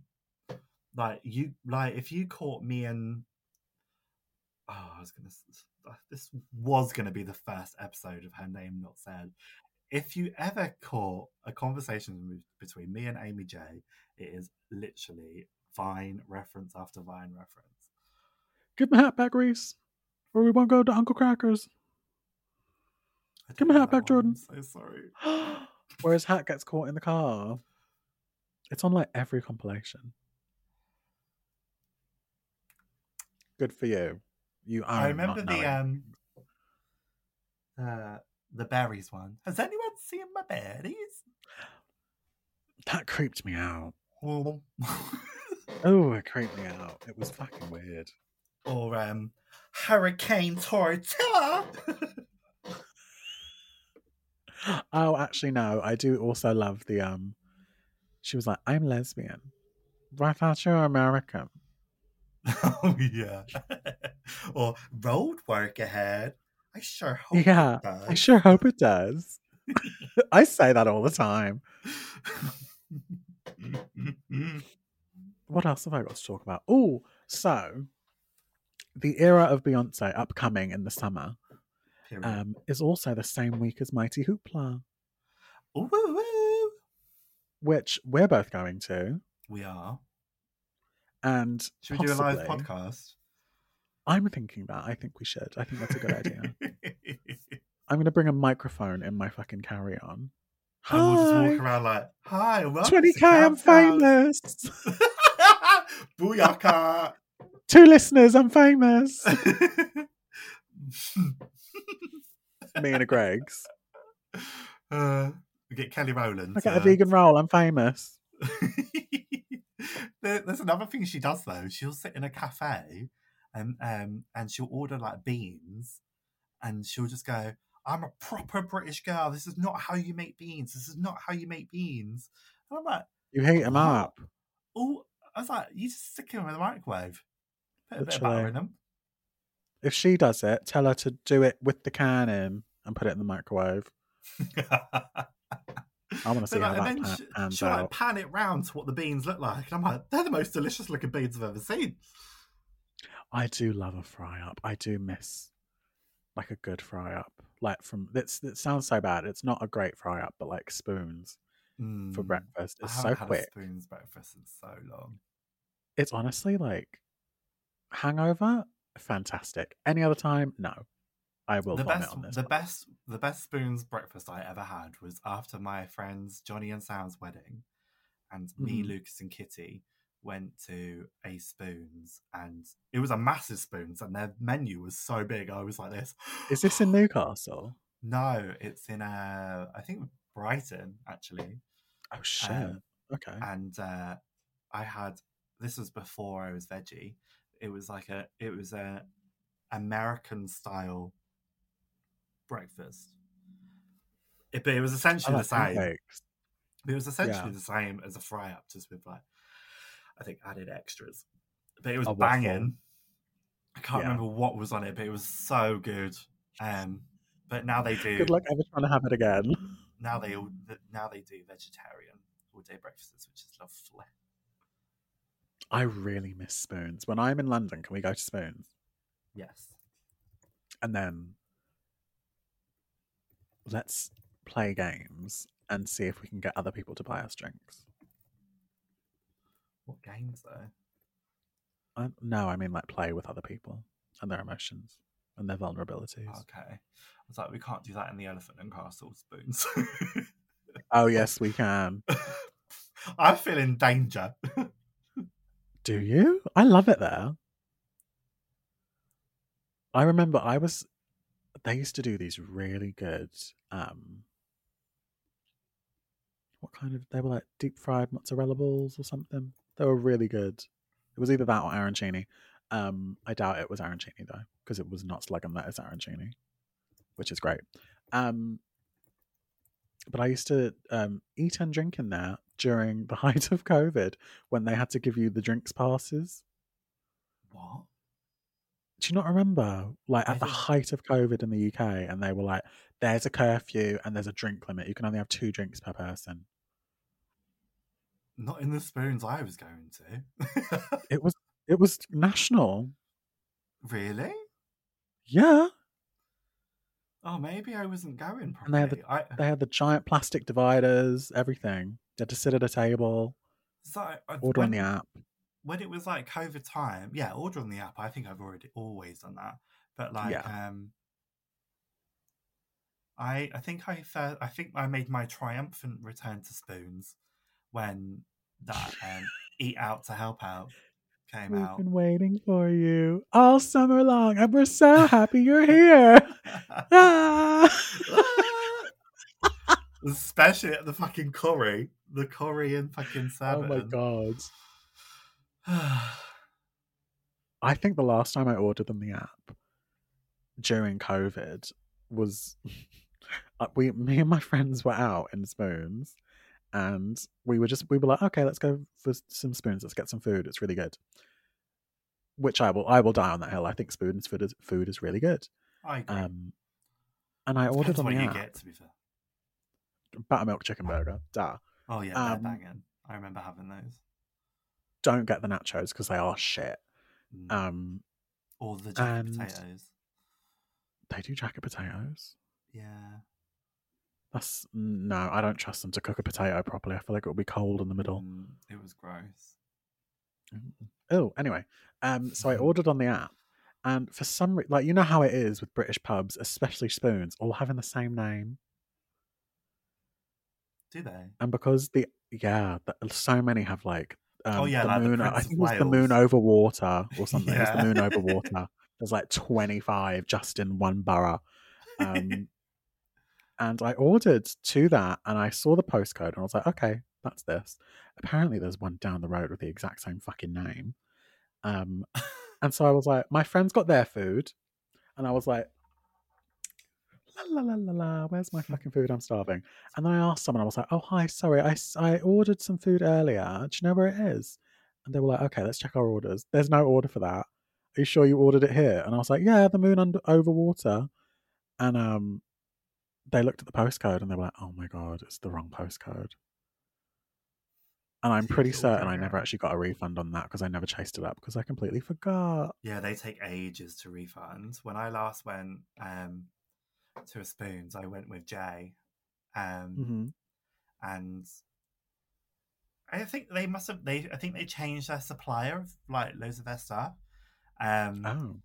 Speaker 3: like you like if you caught me and oh i was gonna s- this was gonna be the first episode of her name not said if you ever caught a conversation with- between me and amy j it is literally vine reference after vine reference
Speaker 2: Give my hat back, Reese, or we won't go to Uncle Cracker's.
Speaker 3: I
Speaker 2: Give
Speaker 3: don't
Speaker 2: me
Speaker 3: know
Speaker 2: that back, Jordan.
Speaker 3: one, I'm so sorry
Speaker 2: Where his hat gets caught in the car. It's on like every compilation. Good for you. You are.
Speaker 3: I remember
Speaker 2: Oh, not knowing.
Speaker 3: the um uh the berries one. Has anyone seen my berries? uh
Speaker 2: That creeped me out. Oh, it creeped me out. It was fucking weird.
Speaker 3: or um Hurricane Tortilla.
Speaker 2: Oh, actually, no. I do also love the um. She was like, "I'm lesbian." But I thought you were American.
Speaker 3: oh yeah. or road work ahead. I sure hope
Speaker 2: Yeah,
Speaker 3: it does.
Speaker 2: I sure hope it does. I say that all the time. What else have I got to talk about? Oh, so the era of Beyonce upcoming in the summer
Speaker 3: Period.
Speaker 2: um, is also the same week as Mighty Hoopla,
Speaker 3: Ooh, woo, woo.
Speaker 2: which we're both going to.
Speaker 3: We are.
Speaker 2: And
Speaker 3: Should we do a live
Speaker 2: Possibly.
Speaker 3: podcast?
Speaker 2: I'm thinking that. I think we should. I think that's a good idea. I'm going to bring a microphone in my fucking carry on.
Speaker 3: and we'll just
Speaker 2: Hi,
Speaker 3: walk around like, hi, welcome.
Speaker 2: 20k,
Speaker 3: to
Speaker 2: I'm
Speaker 3: Countdown."
Speaker 2: famous.
Speaker 3: Booyaka.
Speaker 2: Two listeners, I'm famous. Me and a Greg's.
Speaker 3: uh, we get Kelly Rowland.
Speaker 2: I get a
Speaker 3: uh,
Speaker 2: vegan roll, I'm famous.
Speaker 3: there, there's another thing she does though. She'll sit in a cafe and um and she'll order like beans, and she'll just go, "I'm a proper British girl. This is not how you make beans. This is not how you make beans." And I'm like,
Speaker 2: You heat them
Speaker 3: Wow.
Speaker 2: up.
Speaker 3: "Oh, I was like, you just stick them in the microwave, put a bit of butter
Speaker 2: Literally.
Speaker 3: in them."
Speaker 2: If she does it, tell her to do it with the can in and put it in the microwave. I want to see
Speaker 3: But,
Speaker 2: how
Speaker 3: like,
Speaker 2: that
Speaker 3: and then
Speaker 2: pan-
Speaker 3: she-
Speaker 2: pans
Speaker 3: she'll like
Speaker 2: out.
Speaker 3: pan it round to what the beans look like, and I'm like, "They're the most delicious looking beans I've ever seen."
Speaker 2: I do love a fry up. I do miss like a good fry up. Like from that's it sounds so bad. It's not a great fry up, but like spoons for
Speaker 3: Mm.
Speaker 2: breakfast.
Speaker 3: I
Speaker 2: It's
Speaker 3: haven't
Speaker 2: so
Speaker 3: had
Speaker 2: quick.
Speaker 3: a spoon's breakfast in so long.
Speaker 2: It's honestly like hangover, fantastic. Any other time, no. I will
Speaker 3: the
Speaker 2: vomit
Speaker 3: best,
Speaker 2: on this.
Speaker 3: the
Speaker 2: one.
Speaker 3: best, the best spoon's breakfast I ever had was after my friends Johnny and Sam's wedding, and me,
Speaker 2: Mhm.
Speaker 3: Lucas, and Kitty went to a spoon's, and it was a massive spoon's, and their menu was so big. I was like, "This
Speaker 2: Is this in Newcastle?
Speaker 3: No, it's in uh, I think Brighton actually,
Speaker 2: Oh shit.
Speaker 3: Um,
Speaker 2: okay.
Speaker 3: and uh, I had this was before I was veggie. It was like a, it was a American style breakfast. It, but it was
Speaker 2: I
Speaker 3: essentially
Speaker 2: like
Speaker 3: the same.
Speaker 2: pancakes.
Speaker 3: But It was essentially
Speaker 2: Oh, Yeah.
Speaker 3: the same as a fry up, just with like, I think added extras. But it was
Speaker 2: A waffle.
Speaker 3: banging. I can't
Speaker 2: Yeah.
Speaker 3: remember what was on it, but it was so good. Um, but now they do.
Speaker 2: Good luck ever trying to have it again.
Speaker 3: Now they all th- now they do vegetarian all day breakfasts, which is lovely.
Speaker 2: I really miss spoons. When I'm in London, can we go to spoons?
Speaker 3: Yes.
Speaker 2: And then let's play games and see if we can get other people to buy us drinks.
Speaker 3: What games though?
Speaker 2: I, no, I mean like play with other people and their emotions and their vulnerabilities.
Speaker 3: Okay. I was like, we can't do that in the Elephant and Castle spoons.
Speaker 2: Oh yes, we can.
Speaker 3: I feel in danger.
Speaker 2: Do you? I love it there. I remember I was they used to do these really good um what kind of they were like deep fried mozzarella balls or something. They were really good. It was either that or arancini. Um I doubt it was arancini though because it was not slug and lettuce arancini, which is great. Um but I used to um, eat and drink in there during the height of COVID when they had to give you the drinks passes.
Speaker 3: What?
Speaker 2: Do you not remember? Like
Speaker 3: I
Speaker 2: at the
Speaker 3: don't.
Speaker 2: height of COVID in the UK, and they were like, there's a curfew and there's a drink limit. You can only have two drinks per person.
Speaker 3: Not in the spoons I was going to.
Speaker 2: It was it was national.
Speaker 3: really?
Speaker 2: Yeah.
Speaker 3: Oh, maybe I wasn't going properly.
Speaker 2: And they had the-
Speaker 3: I,
Speaker 2: They had the giant plastic dividers, everything. They had to sit at a table,
Speaker 3: so I, I-
Speaker 2: order
Speaker 3: when,
Speaker 2: on the app.
Speaker 3: when it was like COVID time, yeah, order on the app. I think I've already always done that. But like,
Speaker 2: Yeah.
Speaker 3: um, I I think I fir- I think I made my triumphant return to spoons when that um, eat out to help out came
Speaker 2: We've
Speaker 3: out.
Speaker 2: been waiting for you all summer long, and we're so happy you're here. Ah!
Speaker 3: Especially at the fucking curry, the curry and fucking
Speaker 2: Oh my
Speaker 3: Saturn.
Speaker 2: god.
Speaker 3: god!
Speaker 2: I think the last time I ordered on the app during COVID was uh, we me and my friends were out in spoons and we were just we were like, okay, let's go for s- some spoons, let's get some food, it's really good. Which I will I will die on that hill. I think spoons food is food is really good.
Speaker 3: I agree.
Speaker 2: Um and I ordered
Speaker 3: Depends
Speaker 2: on
Speaker 3: what
Speaker 2: the
Speaker 3: you
Speaker 2: app
Speaker 3: get, to be fair.
Speaker 2: buttermilk chicken burger. Duh.
Speaker 3: Oh yeah, they're
Speaker 2: Um,
Speaker 3: banging. I remember having those.
Speaker 2: Don't get the nachos because they are shit.
Speaker 3: Mm.
Speaker 2: Um,
Speaker 3: or the jacket
Speaker 2: and-
Speaker 3: potatoes.
Speaker 2: they do jacket potatoes.
Speaker 3: Yeah.
Speaker 2: That's no, I don't trust them to cook a potato properly. I feel like it will be cold in the middle.
Speaker 3: Mm, it was gross.
Speaker 2: Oh, anyway, um, so I ordered on the app, and for some reason, like you know how it is with British pubs, especially Spoons, all having the same name,
Speaker 3: Do they?
Speaker 2: and because the yeah, the, so many have like um,
Speaker 3: Oh, yeah,
Speaker 2: the
Speaker 3: like the
Speaker 2: moon. I
Speaker 3: Prince
Speaker 2: think
Speaker 3: of
Speaker 2: it's the moon
Speaker 3: Wales.
Speaker 2: over water or something. It's
Speaker 3: Yeah.
Speaker 2: the moon over water. There's like 25 just in one borough. Um, and I ordered to that and I saw the postcode and I was like, okay, that's this. Apparently there's one down the road with the exact same fucking name. Um, and so I was like, my friends got their food. And I was like, la la la la la, where's my fucking food? I'm starving. And then I asked someone, I was like, oh, hi, sorry, I, s- I ordered some food earlier. Do you know where it is? And they were like, okay, let's check our orders. There's no order for that. Are you sure you ordered it here? And I was like, yeah, the moon under over water. And um, they looked at the postcode and they were like, oh my God, it's the wrong postcode. And I'm
Speaker 3: So you
Speaker 2: pretty
Speaker 3: had to order
Speaker 2: certain I
Speaker 3: again.
Speaker 2: never actually got a refund on that because I never chased it up because I completely forgot.
Speaker 3: Yeah, they take ages to refund. When I last went um, to a spoons, I went with Jay, um,
Speaker 2: hmm
Speaker 3: and I think they must have. They I think they changed their supplier of like loads of their stuff. Um,
Speaker 2: Oh,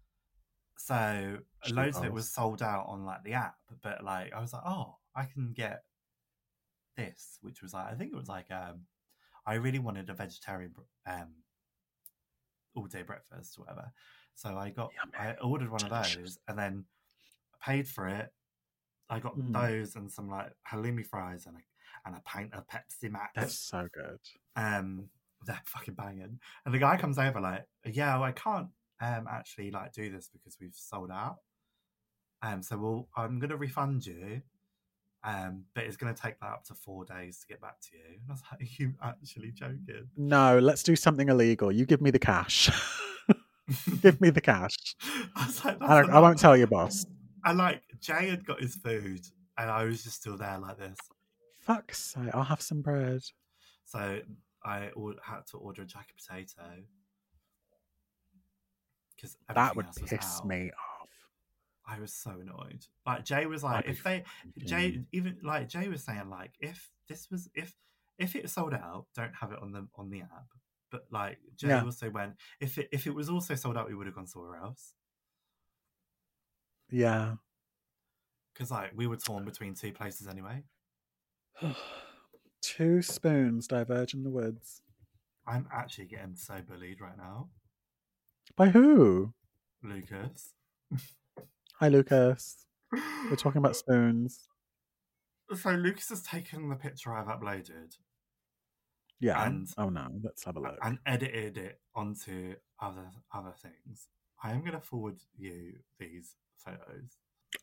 Speaker 3: so
Speaker 2: Shit
Speaker 3: loads of it
Speaker 2: balls.
Speaker 3: was sold out on like the app, but like I was like, oh, I can get this, which was like I think it was like um, I really wanted a vegetarian br- um, all day breakfast or whatever, so I got I
Speaker 2: Yummy.
Speaker 3: ordered one of
Speaker 2: Delicious.
Speaker 3: those and then paid for it. I got
Speaker 2: Mhm.
Speaker 3: those and some like halloumi fries and a, and a pint of Pepsi Max
Speaker 2: that's so good.
Speaker 3: um they're fucking banging and the guy comes over like yeah well, i can't um actually like do this because we've sold out um so we'll i'm gonna refund you um but it's gonna take like up to four days to get back to you and i was like are you actually joking
Speaker 2: No, let's do something illegal. You give me the cash. give me the cash.
Speaker 3: i was like
Speaker 2: I, don't, I won't tell your boss.
Speaker 3: and like jay had got his food and i was just still there like this
Speaker 2: Fuck's sake, I'll have some bread.
Speaker 3: so i or- had to order a jacket potato because
Speaker 2: that would piss
Speaker 3: out.
Speaker 2: me off.
Speaker 3: I was so annoyed. Like Jay was like,
Speaker 2: I'd
Speaker 3: if
Speaker 2: be
Speaker 3: they
Speaker 2: Mm,
Speaker 3: Jay even like Jay was saying like if this was if if it sold out, don't have it on the on the app. But like Jay
Speaker 2: Yeah.
Speaker 3: also went if it if it was also sold out, we would have gone somewhere else
Speaker 2: Yeah.
Speaker 3: because like we were torn between two places anyway.
Speaker 2: Two spoons diverge in the woods.
Speaker 3: I'm actually getting so bullied right now,
Speaker 2: By who?
Speaker 3: Lucas.
Speaker 2: Hi, Lucas. We're talking about spoons.
Speaker 3: So Lucas has taken the picture I've uploaded
Speaker 2: Yeah.
Speaker 3: And-
Speaker 2: oh no, let's have a look.
Speaker 3: and edited it onto other other things. I am gonna forward you these photos.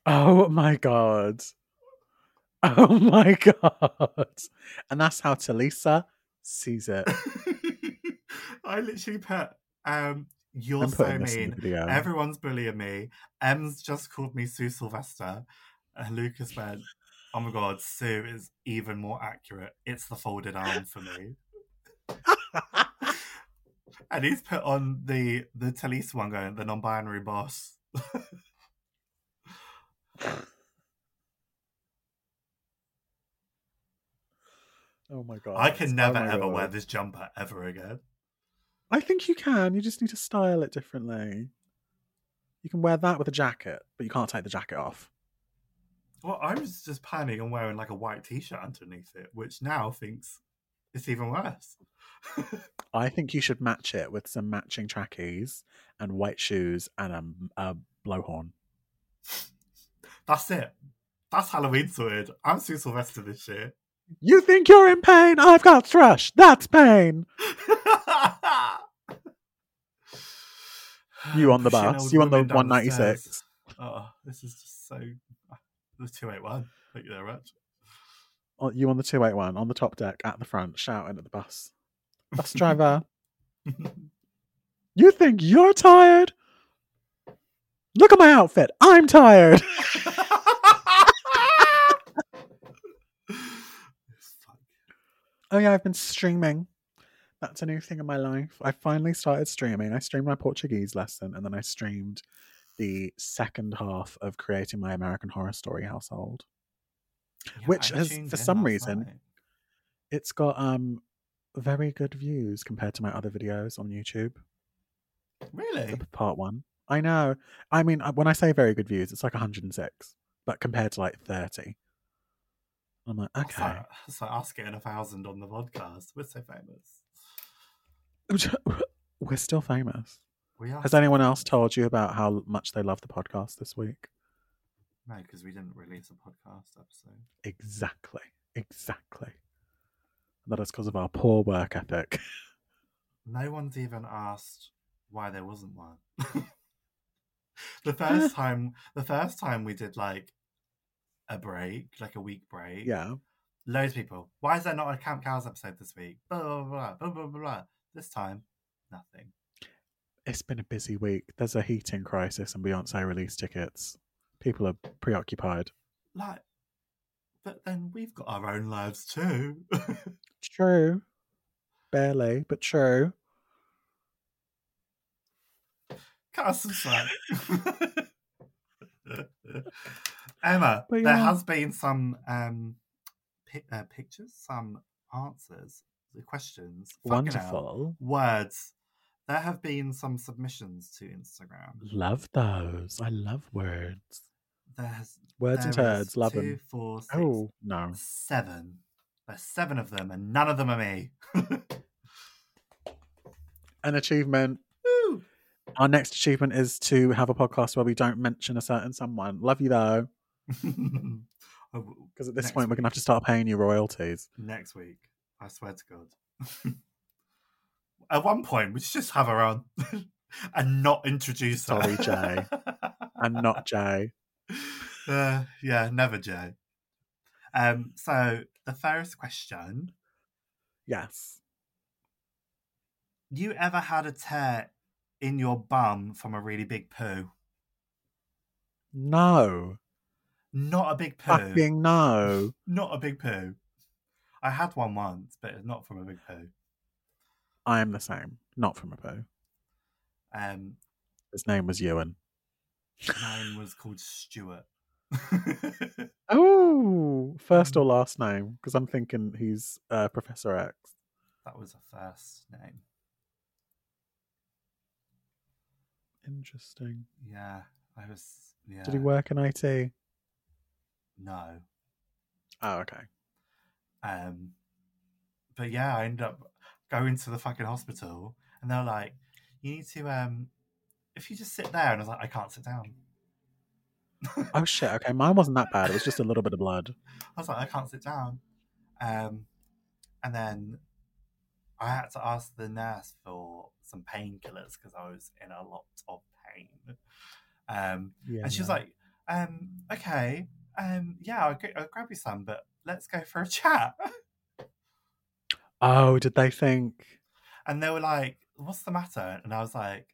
Speaker 2: Oh my god. Oh my god. And that's how Talisa sees it.
Speaker 3: I literally put, um, you're
Speaker 2: I'm
Speaker 3: so
Speaker 2: putting this in the
Speaker 3: mean.
Speaker 2: video.
Speaker 3: Everyone's bullying me. Em's just called me Sue Sylvester. And Lucas went, oh my god, Sue is even more accurate. It's the folded arm for me. and he's put on the the Talisa one going, the non-binary boss.
Speaker 2: oh my god.
Speaker 3: I can
Speaker 2: Oh
Speaker 3: never
Speaker 2: my
Speaker 3: ever wear
Speaker 2: God.
Speaker 3: this jumper ever again.
Speaker 2: I think you can. You just need to style it differently. You can wear that with a jacket, but you can't take the jacket off.
Speaker 3: Well, I was just planning on wearing like a white t-shirt underneath it, which now thinks it's even worse.
Speaker 2: I think you should match it with some matching trackies and white shoes and a, a blowhorn.
Speaker 3: That's it. That's Halloween sorted. I'm Sue Sylvester this year.
Speaker 2: You think you're in pain? I've got thrush. That's pain. You on the
Speaker 3: Pushing
Speaker 2: bus,
Speaker 3: old
Speaker 2: you on the
Speaker 3: women down
Speaker 2: 196.
Speaker 3: stairs. Oh, this is just so. The 281. Thank you very much.
Speaker 2: Oh, You on the 281, on the top deck, at the front, shouting at the bus. Bus driver, you think you're tired? Look at my outfit. I'm tired. Oh yeah, I've been streaming. That's a new thing in my life. I finally started streaming. I streamed my Portuguese lesson and then I streamed the second half of creating my American Horror Story household.
Speaker 3: Yeah,
Speaker 2: Which
Speaker 3: I
Speaker 2: has-
Speaker 3: tuned
Speaker 2: for
Speaker 3: in
Speaker 2: some
Speaker 3: last
Speaker 2: reason-
Speaker 3: night.
Speaker 2: It's got um very good views compared to my other videos on YouTube.
Speaker 3: Really?
Speaker 2: The part one. I know. I mean, uh, when I say very good views, it's like 106, but compared to like 30. I'm like,
Speaker 3: That's
Speaker 2: okay.
Speaker 3: like- That's like us getting a thousand on the podcast. We're so famous.
Speaker 2: We're still famous.
Speaker 3: We are.
Speaker 2: Has anyone else told you about how much they love the podcast this week?
Speaker 3: No, because we didn't release a podcast episode.
Speaker 2: Exactly. Exactly. That is because of our poor work ethic.
Speaker 3: No one's even asked why there wasn't one. the first time, the first time we did like a break, like a week break.
Speaker 2: Yeah.
Speaker 3: Loads of people. Why is there not a Camp Cows episode this week? Blah blah blah blah blah blah. blah. This time, nothing.
Speaker 2: It's been a busy week. There's a heating crisis and Beyonce release tickets. People are preoccupied.
Speaker 3: Like, but then we've got our own lives too.
Speaker 2: True. Barely, but true.
Speaker 3: Cut us some slack. Emma,
Speaker 2: But
Speaker 3: there
Speaker 2: yeah.
Speaker 3: has been some um, pi- uh, pictures, some answers, the questions. fucking hell,
Speaker 2: Wonderful.
Speaker 3: Words. There have been some submissions to Instagram.
Speaker 2: Love those. I love words.
Speaker 3: There has,
Speaker 2: Words and
Speaker 3: there is
Speaker 2: turds. Love
Speaker 3: two,
Speaker 2: them.
Speaker 3: four, six,
Speaker 2: Oh, no.
Speaker 3: seven. There's seven of them, and none of them are me.
Speaker 2: An achievement.
Speaker 3: Woo!
Speaker 2: Our next achievement is to have a podcast where we don't mention a certain someone. Love you, though.
Speaker 3: I w-
Speaker 2: Because at this
Speaker 3: Next
Speaker 2: point, we're going to have to start paying you royalties.
Speaker 3: next week. I swear to God. At one point, we should just have her on and not introduce
Speaker 2: Sorry,
Speaker 3: her.
Speaker 2: Jay. And not Jay.
Speaker 3: uh, yeah, never Jay. Um, so the first question:
Speaker 2: Yes.
Speaker 3: You ever had a tear in your bum from a really big poo?
Speaker 2: No.
Speaker 3: Not a big poo.
Speaker 2: Fucking no.
Speaker 3: Not a big poo. I had one once, but it's not from a big poo.
Speaker 2: I am the same. Not from a poo.
Speaker 3: Um,
Speaker 2: His name was Ewan.
Speaker 3: mine was called Stuart.
Speaker 2: Oh, first or last name? Because I'm thinking he's uh, Professor X.
Speaker 3: That was a first name.
Speaker 2: Interesting.
Speaker 3: Yeah, I was. Yeah.
Speaker 2: Did he work in IT?
Speaker 3: No.
Speaker 2: Oh, okay.
Speaker 3: Um, but yeah, I ended up going to the fucking hospital, and they're like, "You need to um, if you just sit there," and I was like, "I can't sit down."
Speaker 2: Oh shit. Okay, mine wasn't that bad. It was just a little bit of blood.
Speaker 3: I was like, I can't sit down. Um, and then I had to ask the nurse for some painkillers because I was in a lot of pain. Um,
Speaker 2: Yeah.
Speaker 3: and she was like, um, okay, um, yeah, I'll, g- I'll grab you some, but let's go for a chat.
Speaker 2: "Oh, did they think?"
Speaker 3: And they were like, what's the matter? And I was like,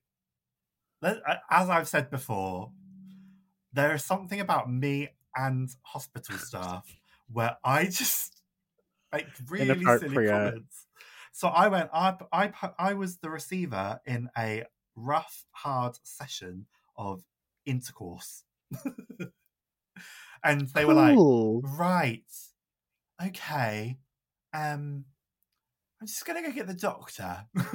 Speaker 3: "Let- as I've said before, there is something about me and hospital staff where I just make really silly
Speaker 2: Inappropriate.
Speaker 3: comments. So I went, I, I, pu- I was the receiver in a rough, hard session of intercourse. and they were like,
Speaker 2: "Cool."
Speaker 3: Right. Okay. Um I'm just gonna go get the doctor.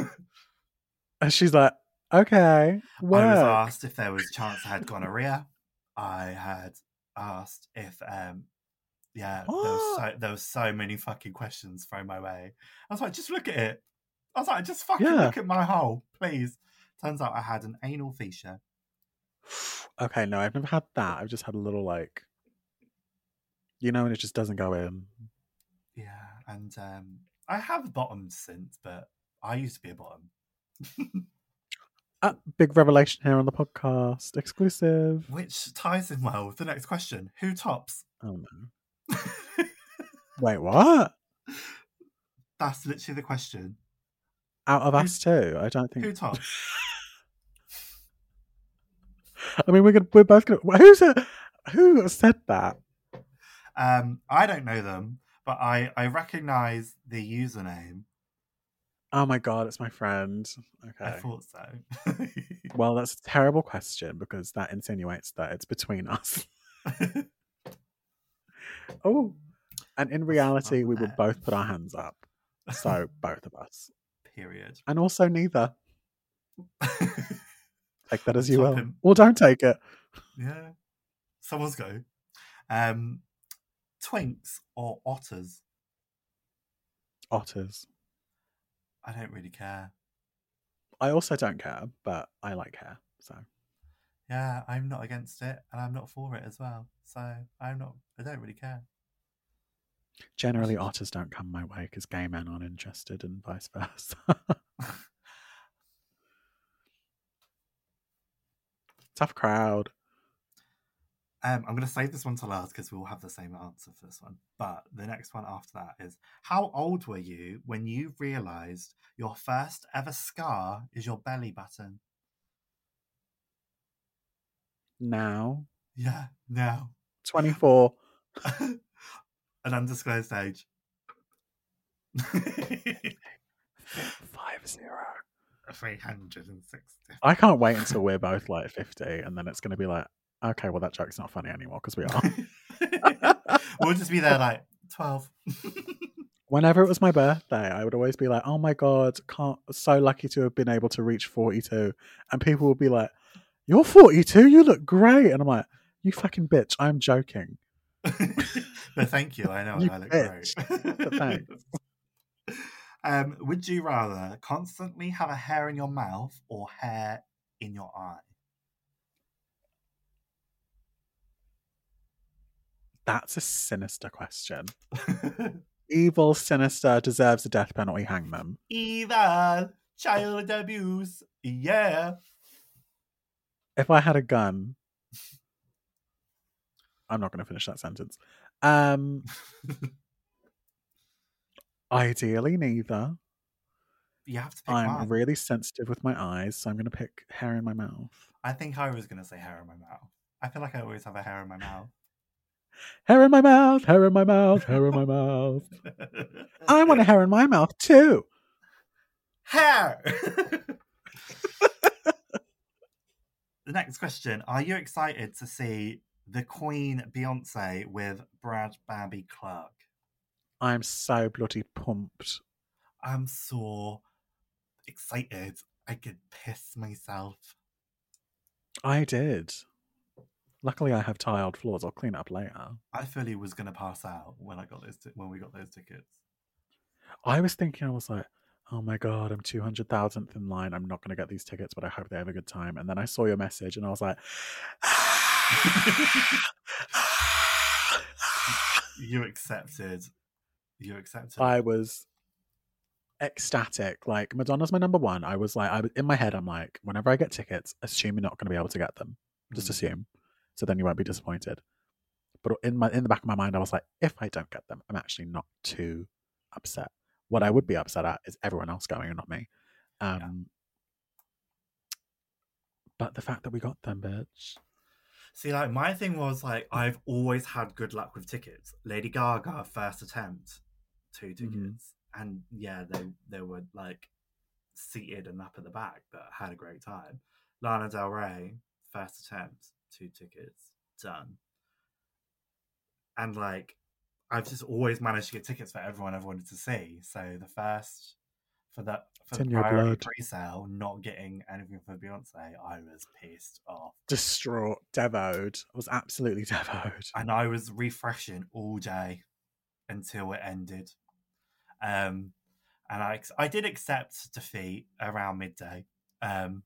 Speaker 2: And she's like, "Okay,
Speaker 3: I was
Speaker 2: work."
Speaker 3: asked if there was chance I had gonorrhea. I had asked if um yeah, there was, so, there was so many fucking questions thrown my way. I was like, just look at it. I was like, just fucking
Speaker 2: Yeah.
Speaker 3: look at my hole, please. Turns out I had an anal fissure.
Speaker 2: okay, no, I've never had that. I've just had a little like, you know, and it just doesn't go in.
Speaker 3: Yeah, and um I have bottomed since, but I used to be a bottom.
Speaker 2: Uh, big revelation here on the podcast, exclusive.
Speaker 3: Which ties in well with the next question. Who tops?
Speaker 2: Oh no! Wait, what?
Speaker 3: That's literally the question.
Speaker 2: Out of us two, I don't
Speaker 3: Who
Speaker 2: think.
Speaker 3: tops?
Speaker 2: I mean, we're gonna, we're both gonna. Who's a, who said that?
Speaker 3: Um, I don't know them, but I I recognize the username.
Speaker 2: Oh my god, it's my friend.
Speaker 3: I
Speaker 2: Okay.
Speaker 3: thought so.
Speaker 2: Well, that's a terrible question because that insinuates that it's between us. Oh, and in reality, we would
Speaker 3: that?
Speaker 2: both put our hands up. So both of us,
Speaker 3: Period.
Speaker 2: and also neither. Take that as you
Speaker 3: Stop
Speaker 2: will.
Speaker 3: him.
Speaker 2: Well, don't take it.
Speaker 3: yeah. Someone's go. Um, twinks or otters?
Speaker 2: Otters.
Speaker 3: I don't really care.
Speaker 2: I also don't care, but I like hair. So
Speaker 3: Yeah, I'm not against it, and I'm not for it as well. So I'm not. I don't really care.
Speaker 2: generally, otters don't come my way because gay men aren't interested, and vice versa. Tough crowd.
Speaker 3: Um, I'm going to save this one to last because we'll have the same answer for this one. But the next one after that is How old were you when you realised your first ever scar is your belly button?
Speaker 2: Now,
Speaker 3: Yeah, now.
Speaker 2: twenty-four.
Speaker 3: An undisclosed age.
Speaker 2: Five zero.
Speaker 3: 360.
Speaker 2: I can't wait until we're both like fifty, and then it's going to be like, okay, well that joke's not funny anymore because we are.
Speaker 3: we'll just be there like 12.
Speaker 2: whenever it was my birthday, I would always be like, "Oh my god, can't so lucky to have been able to reach 42." And people would be like, "You're 42, you look great." And I'm like, "You fucking bitch, I'm joking."
Speaker 3: but thank you. I know
Speaker 2: You
Speaker 3: I look
Speaker 2: bitch.
Speaker 3: great.
Speaker 2: But thanks.
Speaker 3: Um, would you rather constantly have a hair in your mouth or hair in your eye?
Speaker 2: That's a sinister question. Evil, sinister deserves a death penalty, hang them.
Speaker 3: Evil child abuse. Yeah.
Speaker 2: If I had a gun, I'm not going to finish that sentence. Um ideally neither.
Speaker 3: You have to pick
Speaker 2: I'm
Speaker 3: one.
Speaker 2: really sensitive with my eyes, so I'm going to pick hair in my mouth.
Speaker 3: I think I was going to say hair in my mouth. I feel like I always have a hair in my mouth.
Speaker 2: Hair in my mouth, hair in my mouth, hair in my mouth. I want a hair in my mouth too.
Speaker 3: hair. the next question Are you excited to see the Queen Beyonce with Brad Babby Clark?
Speaker 2: I'm so bloody pumped.
Speaker 3: I'm so excited. I could piss myself.
Speaker 2: I did. Luckily, I have tiled floors. I'll clean it up later.
Speaker 3: I fully was gonna pass out when I got those ti- when we got those tickets.
Speaker 2: I was thinking, I was like, oh my God, I'm 200,000th in line. I'm not going to get these tickets, but I hope they have a good time. And then I saw your message and I was like, "Ah,
Speaker 3: You accepted. You accepted.
Speaker 2: I was ecstatic. Like Madonna's my number one. I was like, I was in my head. I'm like, whenever I get tickets, assume you're not going to be able to get them. Just
Speaker 3: Mm.
Speaker 2: assume, so then you won't be disappointed. But in my in the back of my mind, I was like, if I don't get them, I'm actually not too upset. What I would be upset at is everyone else going and not me. Um, But the fact that we got them, bitch.
Speaker 3: See, like my thing was like I've always had good luck with tickets. Lady Gaga first attempt, two tickets,
Speaker 2: Mm-hmm.
Speaker 3: and yeah, they they were like seated and up at the back, but had a great time. Lana Del Rey first attempt, two tickets, done. And like, I've just always managed to get tickets for everyone I've wanted to see. So the first for that for
Speaker 2: It's in
Speaker 3: the
Speaker 2: your
Speaker 3: priority
Speaker 2: blood.
Speaker 3: pre-sale, not getting anything for Beyonce, I was pissed off.
Speaker 2: Distraught, devoed. I was absolutely devoed.
Speaker 3: and I was refreshing all day until it ended. Um, and I ex- I did accept defeat around midday. Um,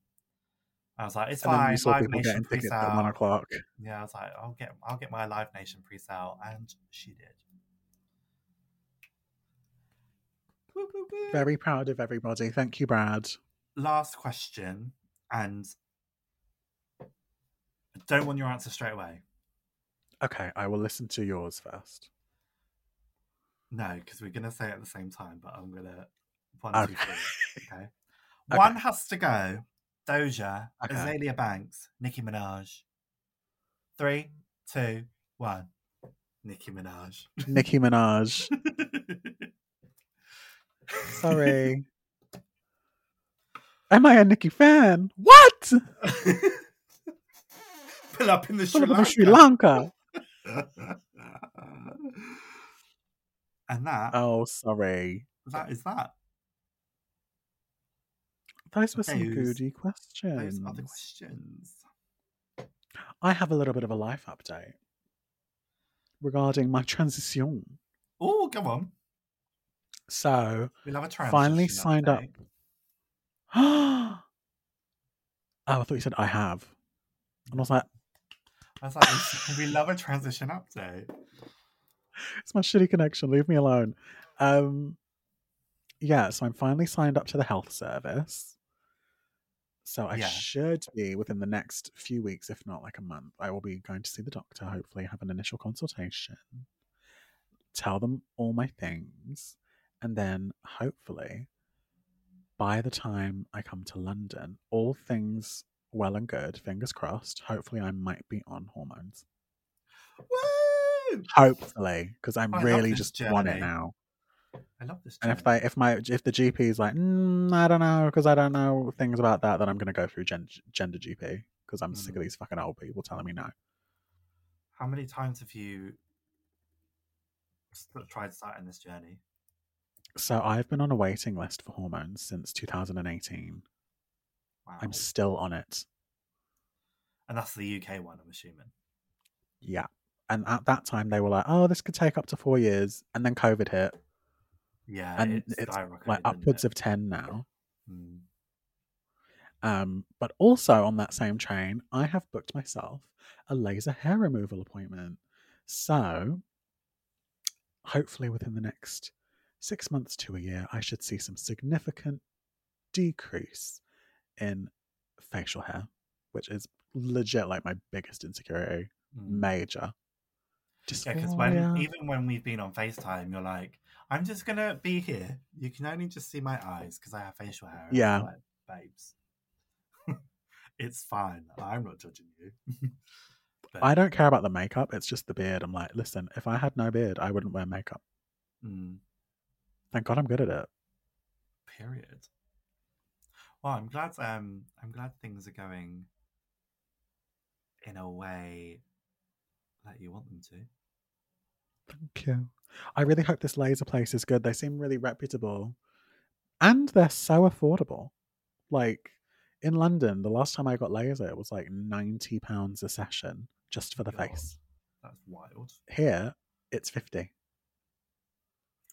Speaker 3: I was like, it's
Speaker 2: and then
Speaker 3: fine.
Speaker 2: you saw
Speaker 3: Live
Speaker 2: people
Speaker 3: Nation
Speaker 2: getting
Speaker 3: pre
Speaker 2: tickets at one
Speaker 3: sale.
Speaker 2: o'clock.
Speaker 3: Yeah, I was like, I'll get I'll get my Live Nation pre sale, and she did. Woo, woo, woo.
Speaker 2: Very proud of everybody. Thank you, Brad.
Speaker 3: Last question, and I don't want your answer straight away.
Speaker 2: Okay, I will listen to yours first.
Speaker 3: No, because we're gonna say it at the same time, but I'm gonna one, two,
Speaker 2: Okay.
Speaker 3: three. Okay.
Speaker 2: Okay.
Speaker 3: One has to go. Doja,
Speaker 2: Okay.
Speaker 3: Azalea Banks, Nicki Minaj. Three, two, one. Nicki Minaj.
Speaker 2: Nicki Minaj. Sorry. Am I a Nicki fan? What?
Speaker 3: Pull up in the Sri
Speaker 2: Sri
Speaker 3: Lanka.
Speaker 2: Sri Lanka.
Speaker 3: and that
Speaker 2: Oh, sorry.
Speaker 3: that is that.
Speaker 2: Those were some
Speaker 3: Those-
Speaker 2: goody
Speaker 3: Those
Speaker 2: questions.
Speaker 3: are the questions.
Speaker 2: I have a little bit of a life update regarding my transition.
Speaker 3: Oh, go on.
Speaker 2: So,
Speaker 3: We'll have a transition.
Speaker 2: Finally signed up.
Speaker 3: update.
Speaker 2: oh, I thought you said I have. And I was like,
Speaker 3: I was like, we we love a transition update.
Speaker 2: it's my shitty connection. Leave me alone. Um, yeah, so I'm finally signed up to the health service. So I
Speaker 3: Yeah.
Speaker 2: should be within the next few weeks, if not like a month. I will be going to see the doctor, hopefully, have an initial consultation, tell them all my things, and then hopefully, by the time I come to London, all things well and good, fingers crossed, hopefully, I might be on hormones.
Speaker 3: Woo!
Speaker 2: Hopefully, because I'm
Speaker 3: Oh, I love
Speaker 2: really
Speaker 3: this
Speaker 2: just want it
Speaker 3: journey.
Speaker 2: now.
Speaker 3: I love this.
Speaker 2: And if
Speaker 3: journey.
Speaker 2: they, if my, if the GP is like, mm, I don't know, because I don't know things about that, then I'm gonna go through gen- gender GP because I'm sick of these fucking old people telling me no.
Speaker 3: How many times have you s- tried starting this journey?
Speaker 2: So I've been on a waiting list for hormones since 2018.
Speaker 3: Wow.
Speaker 2: I'm still on it.
Speaker 3: And that's the UK one, I'm assuming.
Speaker 2: Yeah. And at that time, they were like, "Oh, this could take up to four years," and then COVID hit,
Speaker 3: Yeah,
Speaker 2: and
Speaker 3: it's,
Speaker 2: it's
Speaker 3: skyrocketed,
Speaker 2: like
Speaker 3: isn't
Speaker 2: upwards
Speaker 3: it?
Speaker 2: of ten now.
Speaker 3: Mm.
Speaker 2: Um, but also on that same train, I have booked myself a laser hair removal appointment. So hopefully within the next six months to a year, I should see some significant decrease in facial hair, which is legit like my biggest insecurity.
Speaker 3: Mm.
Speaker 2: Major.
Speaker 3: Yeah, because when
Speaker 2: Dysphoria.
Speaker 3: even when we've been on FaceTime, you're like, I'm just gonna be here. You can only just see my eyes because I have facial hair. And I'm
Speaker 2: Yeah.
Speaker 3: like, babes. it's fine. I'm not judging you. But,
Speaker 2: I don't care about the makeup, it's just the beard. I'm like, listen, if I had no beard, I wouldn't wear makeup.
Speaker 3: mm,
Speaker 2: Thank God I'm good at it.
Speaker 3: period. Well, I'm glad. Um, I'm glad things are going in a way that you want them to.
Speaker 2: Thank you. I really hope this laser place is good. They seem really reputable. And they're so affordable. Like in London, the last time I got laser, it was like £90 a session just for the
Speaker 3: God.
Speaker 2: face.
Speaker 3: That's wild.
Speaker 2: Here, it's 50,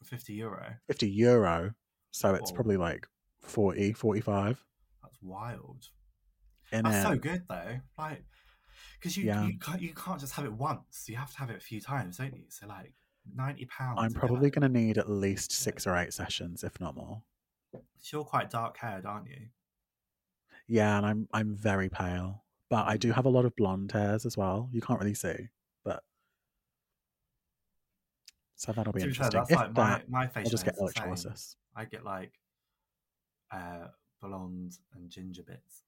Speaker 3: Fifty euro.
Speaker 2: 50 euro. So it's
Speaker 3: Whoa.
Speaker 2: probably like 40, 45.
Speaker 3: That's wild.
Speaker 2: And
Speaker 3: That's so
Speaker 2: then-
Speaker 3: good though, like because you
Speaker 2: Yeah.
Speaker 3: you can't you can't just have it once. You have to have it a few times, don't you? So like ninety pounds.
Speaker 2: I'm probably going to need at least six or eight sessions, if not more.
Speaker 3: You're quite dark haired, aren't you?
Speaker 2: Yeah, and I'm I'm very pale, but I do have a lot of blonde hairs as well. You can't really see, but so that'll be
Speaker 3: To be fair,
Speaker 2: interesting.
Speaker 3: that's
Speaker 2: if
Speaker 3: like my
Speaker 2: that,
Speaker 3: my
Speaker 2: I'll
Speaker 3: facial
Speaker 2: just get
Speaker 3: hair is the same.
Speaker 2: electrolysis.
Speaker 3: I get like uh blonde and ginger bits.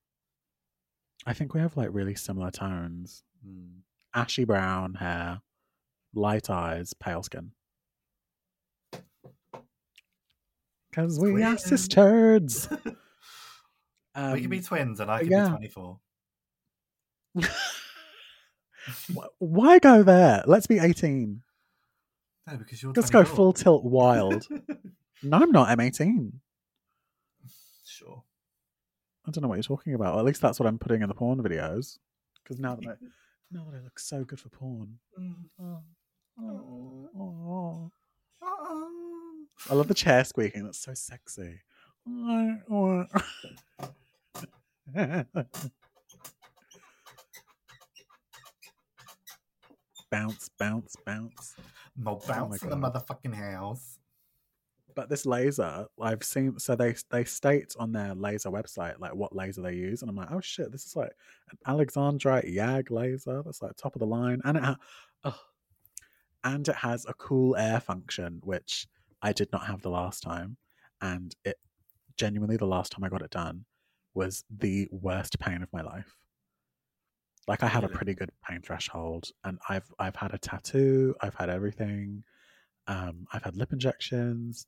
Speaker 2: I think we have like really similar tones:
Speaker 3: Mm.
Speaker 2: ashy brown hair, light eyes, pale skin. Because we are
Speaker 3: Twins.
Speaker 2: sisters. Um,
Speaker 3: we could be twins, and I could
Speaker 2: yeah.
Speaker 3: be twenty four.
Speaker 2: wh- why go there? Let's be 18.
Speaker 3: No, because you're.
Speaker 2: Let's go
Speaker 3: 24.
Speaker 2: full tilt wild. no, I'm not. I'm 18.
Speaker 3: sure.
Speaker 2: I don't know what you're talking about. Or at least that's what I'm putting in the porn videos. Because now that I, now that I look so good for porn.
Speaker 3: Mm.
Speaker 2: Oh,
Speaker 3: Oh.
Speaker 2: oh.
Speaker 3: Uh-oh.
Speaker 2: I love the chair squeaking. That's so sexy. um, bounce, bounce, bounce.
Speaker 3: My bounce in the
Speaker 2: Oh God.
Speaker 3: motherfucking house.
Speaker 2: But this laser, I've seen. So they they state on their laser website like what laser they use, and I'm like, oh shit, this is like an Alexandrite Yag laser. That's like top of the line, and it ha- ugh. and it has a cool air function, which I did not have the last time, and it genuinely the last time I got it done was the worst pain of my life. Like I have a
Speaker 3: Really?
Speaker 2: pretty good pain threshold, and I've I've had a tattoo, I've had everything, um, I've had lip injections.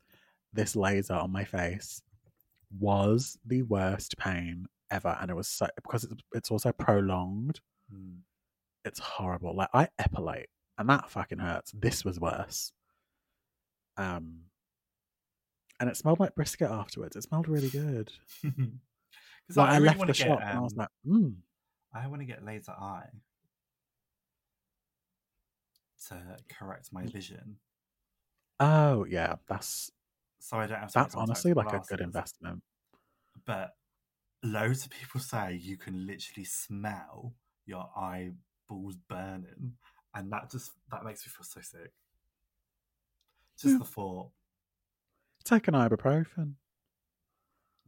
Speaker 2: This laser on my face was the worst pain ever, and it was so because it's it's also prolonged. Hmm.
Speaker 3: Mm.
Speaker 2: It's horrible. Like I epilate, and that fucking hurts. This was worse. Um, and it smelled like brisket afterwards. It smelled really good.
Speaker 3: 'Cause
Speaker 2: Like, I,
Speaker 3: really
Speaker 2: left
Speaker 3: wanna
Speaker 2: the shop and I was
Speaker 3: um,
Speaker 2: like, mm,
Speaker 3: I want to get laser eye to correct my vision,
Speaker 2: oh yeah, that's
Speaker 3: so I don't have to. wear
Speaker 2: that's
Speaker 3: contact
Speaker 2: honestly like a
Speaker 3: glasses.
Speaker 2: good investment.
Speaker 3: But loads of people say you can literally smell your eyeballs burning, and that just that makes me feel so sick. Just
Speaker 2: Yeah.
Speaker 3: the thought.
Speaker 2: Take an ibuprofen.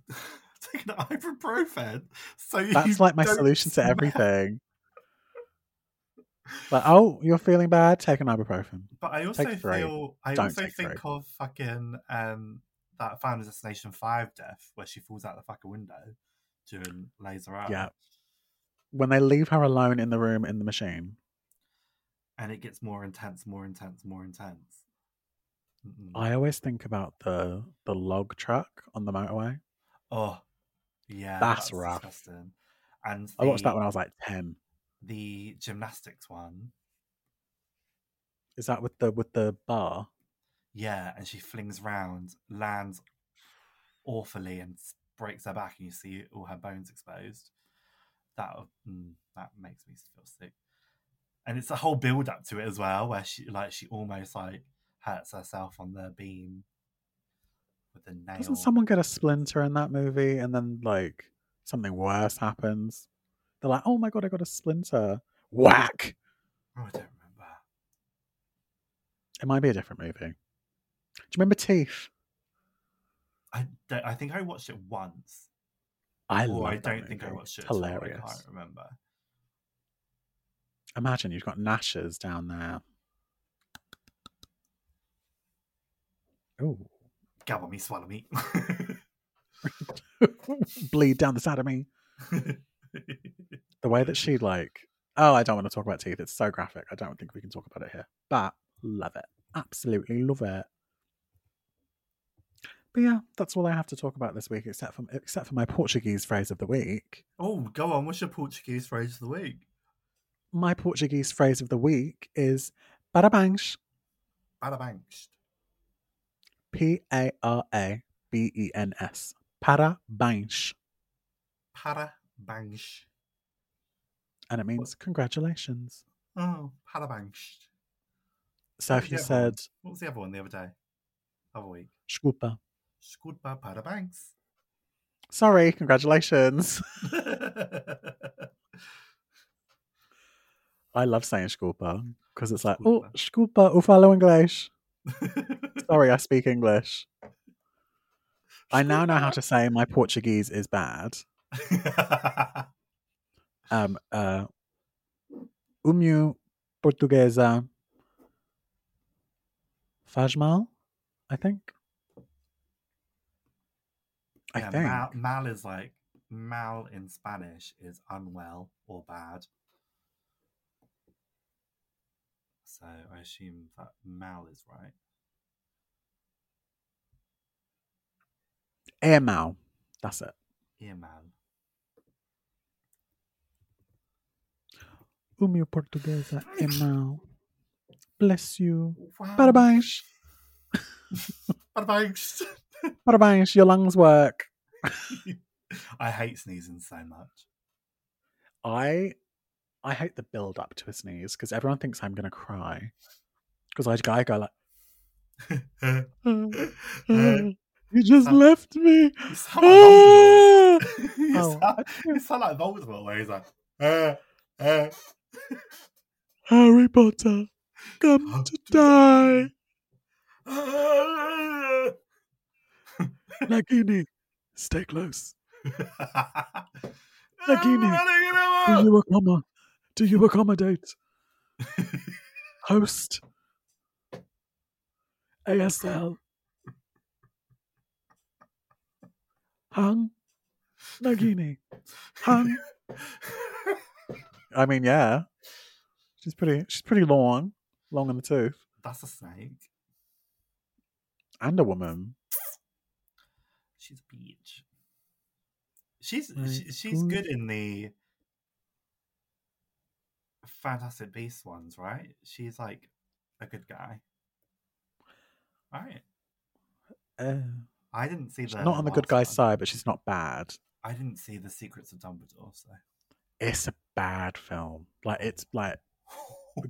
Speaker 3: Take an ibuprofen. So you
Speaker 2: That's like my
Speaker 3: don't
Speaker 2: solution to
Speaker 3: smell.
Speaker 2: everything. Like, oh, you're feeling bad? Take an ibuprofen.
Speaker 3: But I also
Speaker 2: Take three.
Speaker 3: feel I
Speaker 2: Don't
Speaker 3: also
Speaker 2: take
Speaker 3: think
Speaker 2: three.
Speaker 3: of fucking um that Final Destination Five death where she falls out the fucking window during Laser Eye.
Speaker 2: Yeah. When they leave her alone in the room in the machine,
Speaker 3: and it gets more intense, more intense, more intense. Mm-mm.
Speaker 2: I always think about the the log truck on the motorway.
Speaker 3: oh, yeah,
Speaker 2: That's rough.
Speaker 3: Disgusting. And the,
Speaker 2: I watched that when I was like ten.
Speaker 3: the gymnastics one,
Speaker 2: Is that with the with the bar?
Speaker 3: yeah, and she flings round, lands awfully, and s- breaks her back, and you see all her bones exposed. That mm, that makes me feel sick. And it's a whole build up to it as well, where she like she almost like hurts herself on the beam with a nail.
Speaker 2: Doesn't someone get a splinter in that movie and then like something worse happens? They're like, oh my god, I got a splinter. Whack!
Speaker 3: Oh, I don't remember.
Speaker 2: It might be a different movie. Do you remember Teeth?
Speaker 3: I don't, I think I watched it once,
Speaker 2: I
Speaker 3: or
Speaker 2: love
Speaker 3: I
Speaker 2: that
Speaker 3: don't think I
Speaker 2: movie.
Speaker 3: watched it.
Speaker 2: It's
Speaker 3: at all.
Speaker 2: Hilarious.
Speaker 3: I can't remember.
Speaker 2: Imagine you've got Nash's down there. Oh,
Speaker 3: Gobble me, swallow me.
Speaker 2: bleed down the side of me. The way that she like, oh, I don't want to talk about teeth. It's so graphic. I don't think we can talk about it here. But love it, absolutely love it. But yeah, that's all I have to talk about this week, except for except for my Portuguese phrase of the week.
Speaker 3: oh, go on. What's your Portuguese phrase of the week?
Speaker 2: My Portuguese phrase of the week is parabéns,
Speaker 3: Bada bangs.
Speaker 2: p a r a b e n s, parabéns,
Speaker 3: Para bangs.
Speaker 2: and it means congratulations.
Speaker 3: Oh, para bangs.
Speaker 2: So if you
Speaker 3: Yeah.
Speaker 2: said
Speaker 3: What was the other one the other day? Other week.
Speaker 2: Scupa,
Speaker 3: Scuba para bangs.
Speaker 2: sorry, congratulations. I love saying Scupa because it's like, oh, Scupa, eu falo inglês. Sorry, I speak English. I now know how to say my Portuguese is bad. Um, uh, o meu portuguesa faz mal, I think. I
Speaker 3: yeah,
Speaker 2: think.
Speaker 3: Mal, mal is like mal in Spanish is unwell or bad. So I assume that mal is right.
Speaker 2: É mal. That's it.
Speaker 3: Ear mal.
Speaker 2: O meu portuguesa é mal. Bless you.
Speaker 3: Wow.
Speaker 2: Parabéns.
Speaker 3: Parabéns.
Speaker 2: Parabéns. Your lungs work.
Speaker 3: I hate sneezing so much.
Speaker 2: I I hate the build up to a sneeze because everyone thinks I'm gonna cry. Because I, I go like,
Speaker 3: Uh,
Speaker 2: "Oh, oh, you just
Speaker 3: Um,
Speaker 2: left me.
Speaker 3: you sound like Voldemort.
Speaker 2: Ah!" Oh,
Speaker 3: you, sound, you sound like Voldemort where he's like, uh, uh,
Speaker 2: Harry Potter, come to die. Nagini, stay close. Nagini, Do you accom- Do you accommodate? Host. ASL. Hung. Nagini. Hung. I mean, yeah, she's pretty. She's pretty long, long in the tooth,
Speaker 3: That's a snake.
Speaker 2: and a woman.
Speaker 3: She's a bitch. She's
Speaker 2: Right.
Speaker 3: she, she's
Speaker 2: Mm.
Speaker 3: good in the Fantastic Beasts ones, right? She's like a good guy. Right.
Speaker 2: Uh,
Speaker 3: I didn't see
Speaker 2: she's
Speaker 3: the
Speaker 2: not on the good
Speaker 3: last
Speaker 2: guy's
Speaker 3: one.
Speaker 2: side, but she's not bad.
Speaker 3: I didn't see the Secrets of Dumbledore, so
Speaker 2: It's a bad film. Like it's like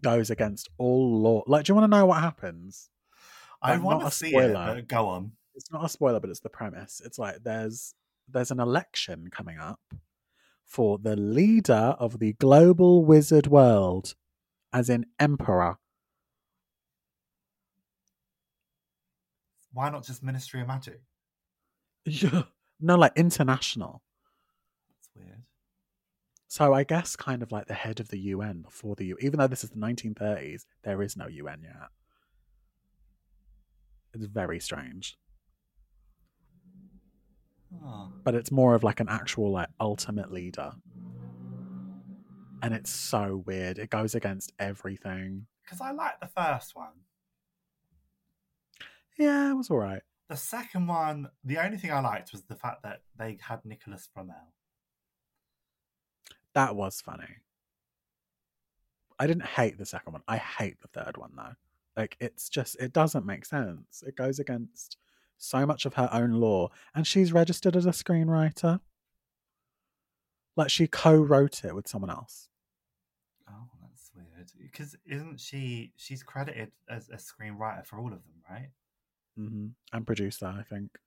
Speaker 2: goes against all law. Like, do you want to know what happens?
Speaker 3: I
Speaker 2: Like,
Speaker 3: want
Speaker 2: not
Speaker 3: to
Speaker 2: a
Speaker 3: see
Speaker 2: spoiler.
Speaker 3: it, but go on.
Speaker 2: it's not a spoiler, but it's the premise. It's like there's there's an election coming up for the leader of the global wizard world, as in emperor.
Speaker 3: Why not just Ministry of Magic?
Speaker 2: Yeah. No, like international.
Speaker 3: That's weird.
Speaker 2: So I guess kind of like the head of the UN before the U. Even though this is the 1930s, there is no UN yet. It's very strange,
Speaker 3: Oh.
Speaker 2: but it's more of like an actual like ultimate leader, and it's so weird. It goes against everything.
Speaker 3: Because I like the first one.
Speaker 2: Yeah, it was all right.
Speaker 3: The second one, the only thing I liked was the fact that they had Nicholas Flamel.
Speaker 2: That was funny. I didn't hate the second one. I hate the third one though. Like it's just it doesn't make sense. It goes against so much of her own law and she's registered as a screenwriter. Like she co-wrote it with someone else.
Speaker 3: Oh, that's weird. Because isn't she? She's credited as a screenwriter for all of them, right?
Speaker 2: hmm And producer, I think.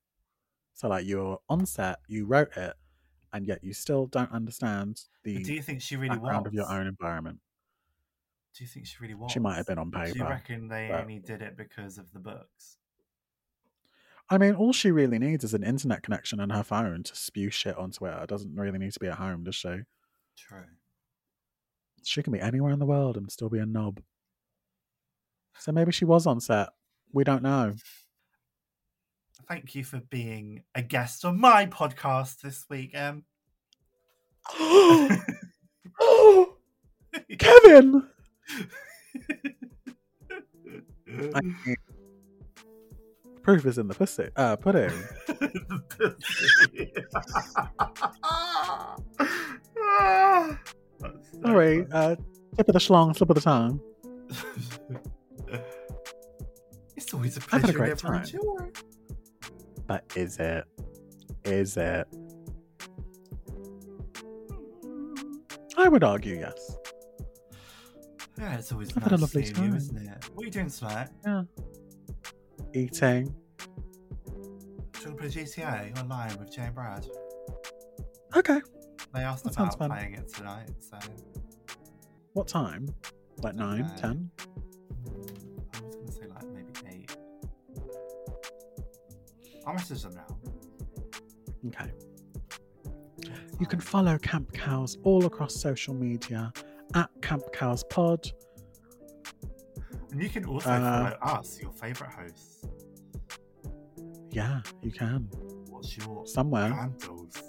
Speaker 2: So like you were on set, you wrote it, and yet you still don't understand the
Speaker 3: But do you think she really was?
Speaker 2: background of your own environment.
Speaker 3: Do you think she really was?
Speaker 2: She might have been on
Speaker 3: Do you
Speaker 2: paper.
Speaker 3: reckon they
Speaker 2: but-
Speaker 3: only did it because of the books?
Speaker 2: I mean, all she really needs is an internet connection and her phone to spew shit on Twitter. Doesn't really need to be at home, does she?
Speaker 3: True.
Speaker 2: She can be anywhere in the world and still be a knob. So maybe she was on set. We don't know.
Speaker 3: Thank you for being a guest on my podcast this week, Em.
Speaker 2: Kevin! I mean, proof is in the pussy. Uh, pudding.
Speaker 3: That's so
Speaker 2: Sorry. Uh, tip of the schlong, slip of the tongue.
Speaker 3: it's always a
Speaker 2: I've had a
Speaker 3: pleasure
Speaker 2: great
Speaker 3: whenever I'm
Speaker 2: time.
Speaker 3: sure.
Speaker 2: But is it? Is it? I would argue yes.
Speaker 3: Yeah, it's always
Speaker 2: I've
Speaker 3: nice
Speaker 2: had a lovely
Speaker 3: seeing you,
Speaker 2: time.
Speaker 3: isn't it? What are you doing tonight?
Speaker 2: Eating.
Speaker 3: Trying to play GTA online with Jane Brad.
Speaker 2: Okay.
Speaker 3: They asked
Speaker 2: That sounds
Speaker 3: about
Speaker 2: fun.
Speaker 3: playing it tonight, so
Speaker 2: What time? Like nine,
Speaker 3: Uh,
Speaker 2: ten?
Speaker 3: I was gonna say like maybe eight. I'll message them now.
Speaker 2: Okay. You can follow Camp Cows all across social media at Camp Cows Pod.
Speaker 3: and you can also
Speaker 2: uh,
Speaker 3: follow us, your favourite hosts.
Speaker 2: Yeah, you can.
Speaker 3: What's your
Speaker 2: Somewhere.
Speaker 3: handles?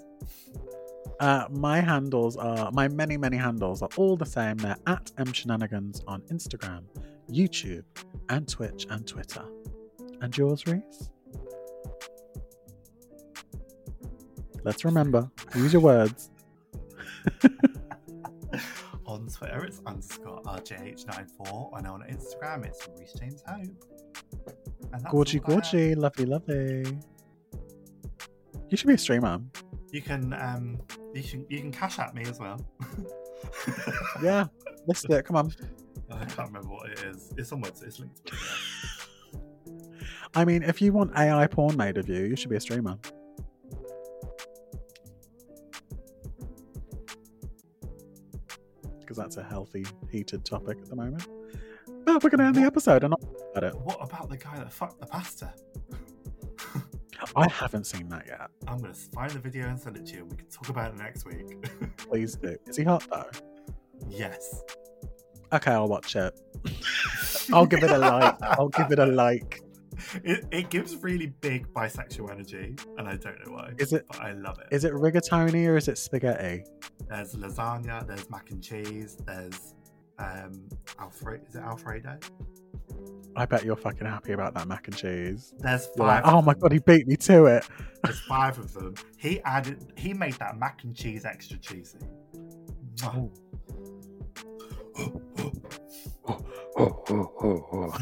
Speaker 2: Uh, my handles are, my many, many handles are all the same. They're at M Shenanigans on Instagram, YouTube, and Twitch and Twitter. And yours, Reese? Let's remember. Use your words.
Speaker 3: on Twitter, it's underscore RJH94, and on Instagram, it's Reese James Hope. And that's
Speaker 2: Gorgy,
Speaker 3: all I have.
Speaker 2: gorgy. Lovely, lovely. You should be a streamer.
Speaker 3: You can um, you can you can cash at me as well.
Speaker 2: Yeah. Let's do it. Come on.
Speaker 3: I can't remember what it is. It's on my it's linked. To it, yeah.
Speaker 2: I mean, if you want AI porn made of you, you should be a streamer. Because that's a healthy, heated topic at the moment. But we're going to end the episode. And about it.
Speaker 3: What about the guy that fucked the pasta?
Speaker 2: I haven't seen that yet.
Speaker 3: I'm gonna find the video and send it to you. and We can talk about it next week.
Speaker 2: Please do. Is he hot though?
Speaker 3: yes.
Speaker 2: Okay, I'll watch it. I'll give it a like. I'll give it a like.
Speaker 3: it, it gives really big bisexual energy, and I don't know why.
Speaker 2: Is it-
Speaker 3: But I love it.
Speaker 2: Is it rigatoni or is it spaghetti?
Speaker 3: There's lasagna. There's mac and cheese. There's um Alfredo. Is it Alfredo?
Speaker 2: I bet you're fucking happy about that mac and cheese.
Speaker 3: There's
Speaker 2: You're
Speaker 3: five.
Speaker 2: like, oh
Speaker 3: of
Speaker 2: my
Speaker 3: them.
Speaker 2: god, he beat me to it.
Speaker 3: There's five of them. He added. He made that mac and cheese extra cheesy. Mwah.
Speaker 2: Oh. Oh, oh, oh, oh.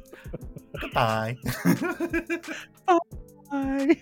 Speaker 3: Goodbye.
Speaker 2: Bye.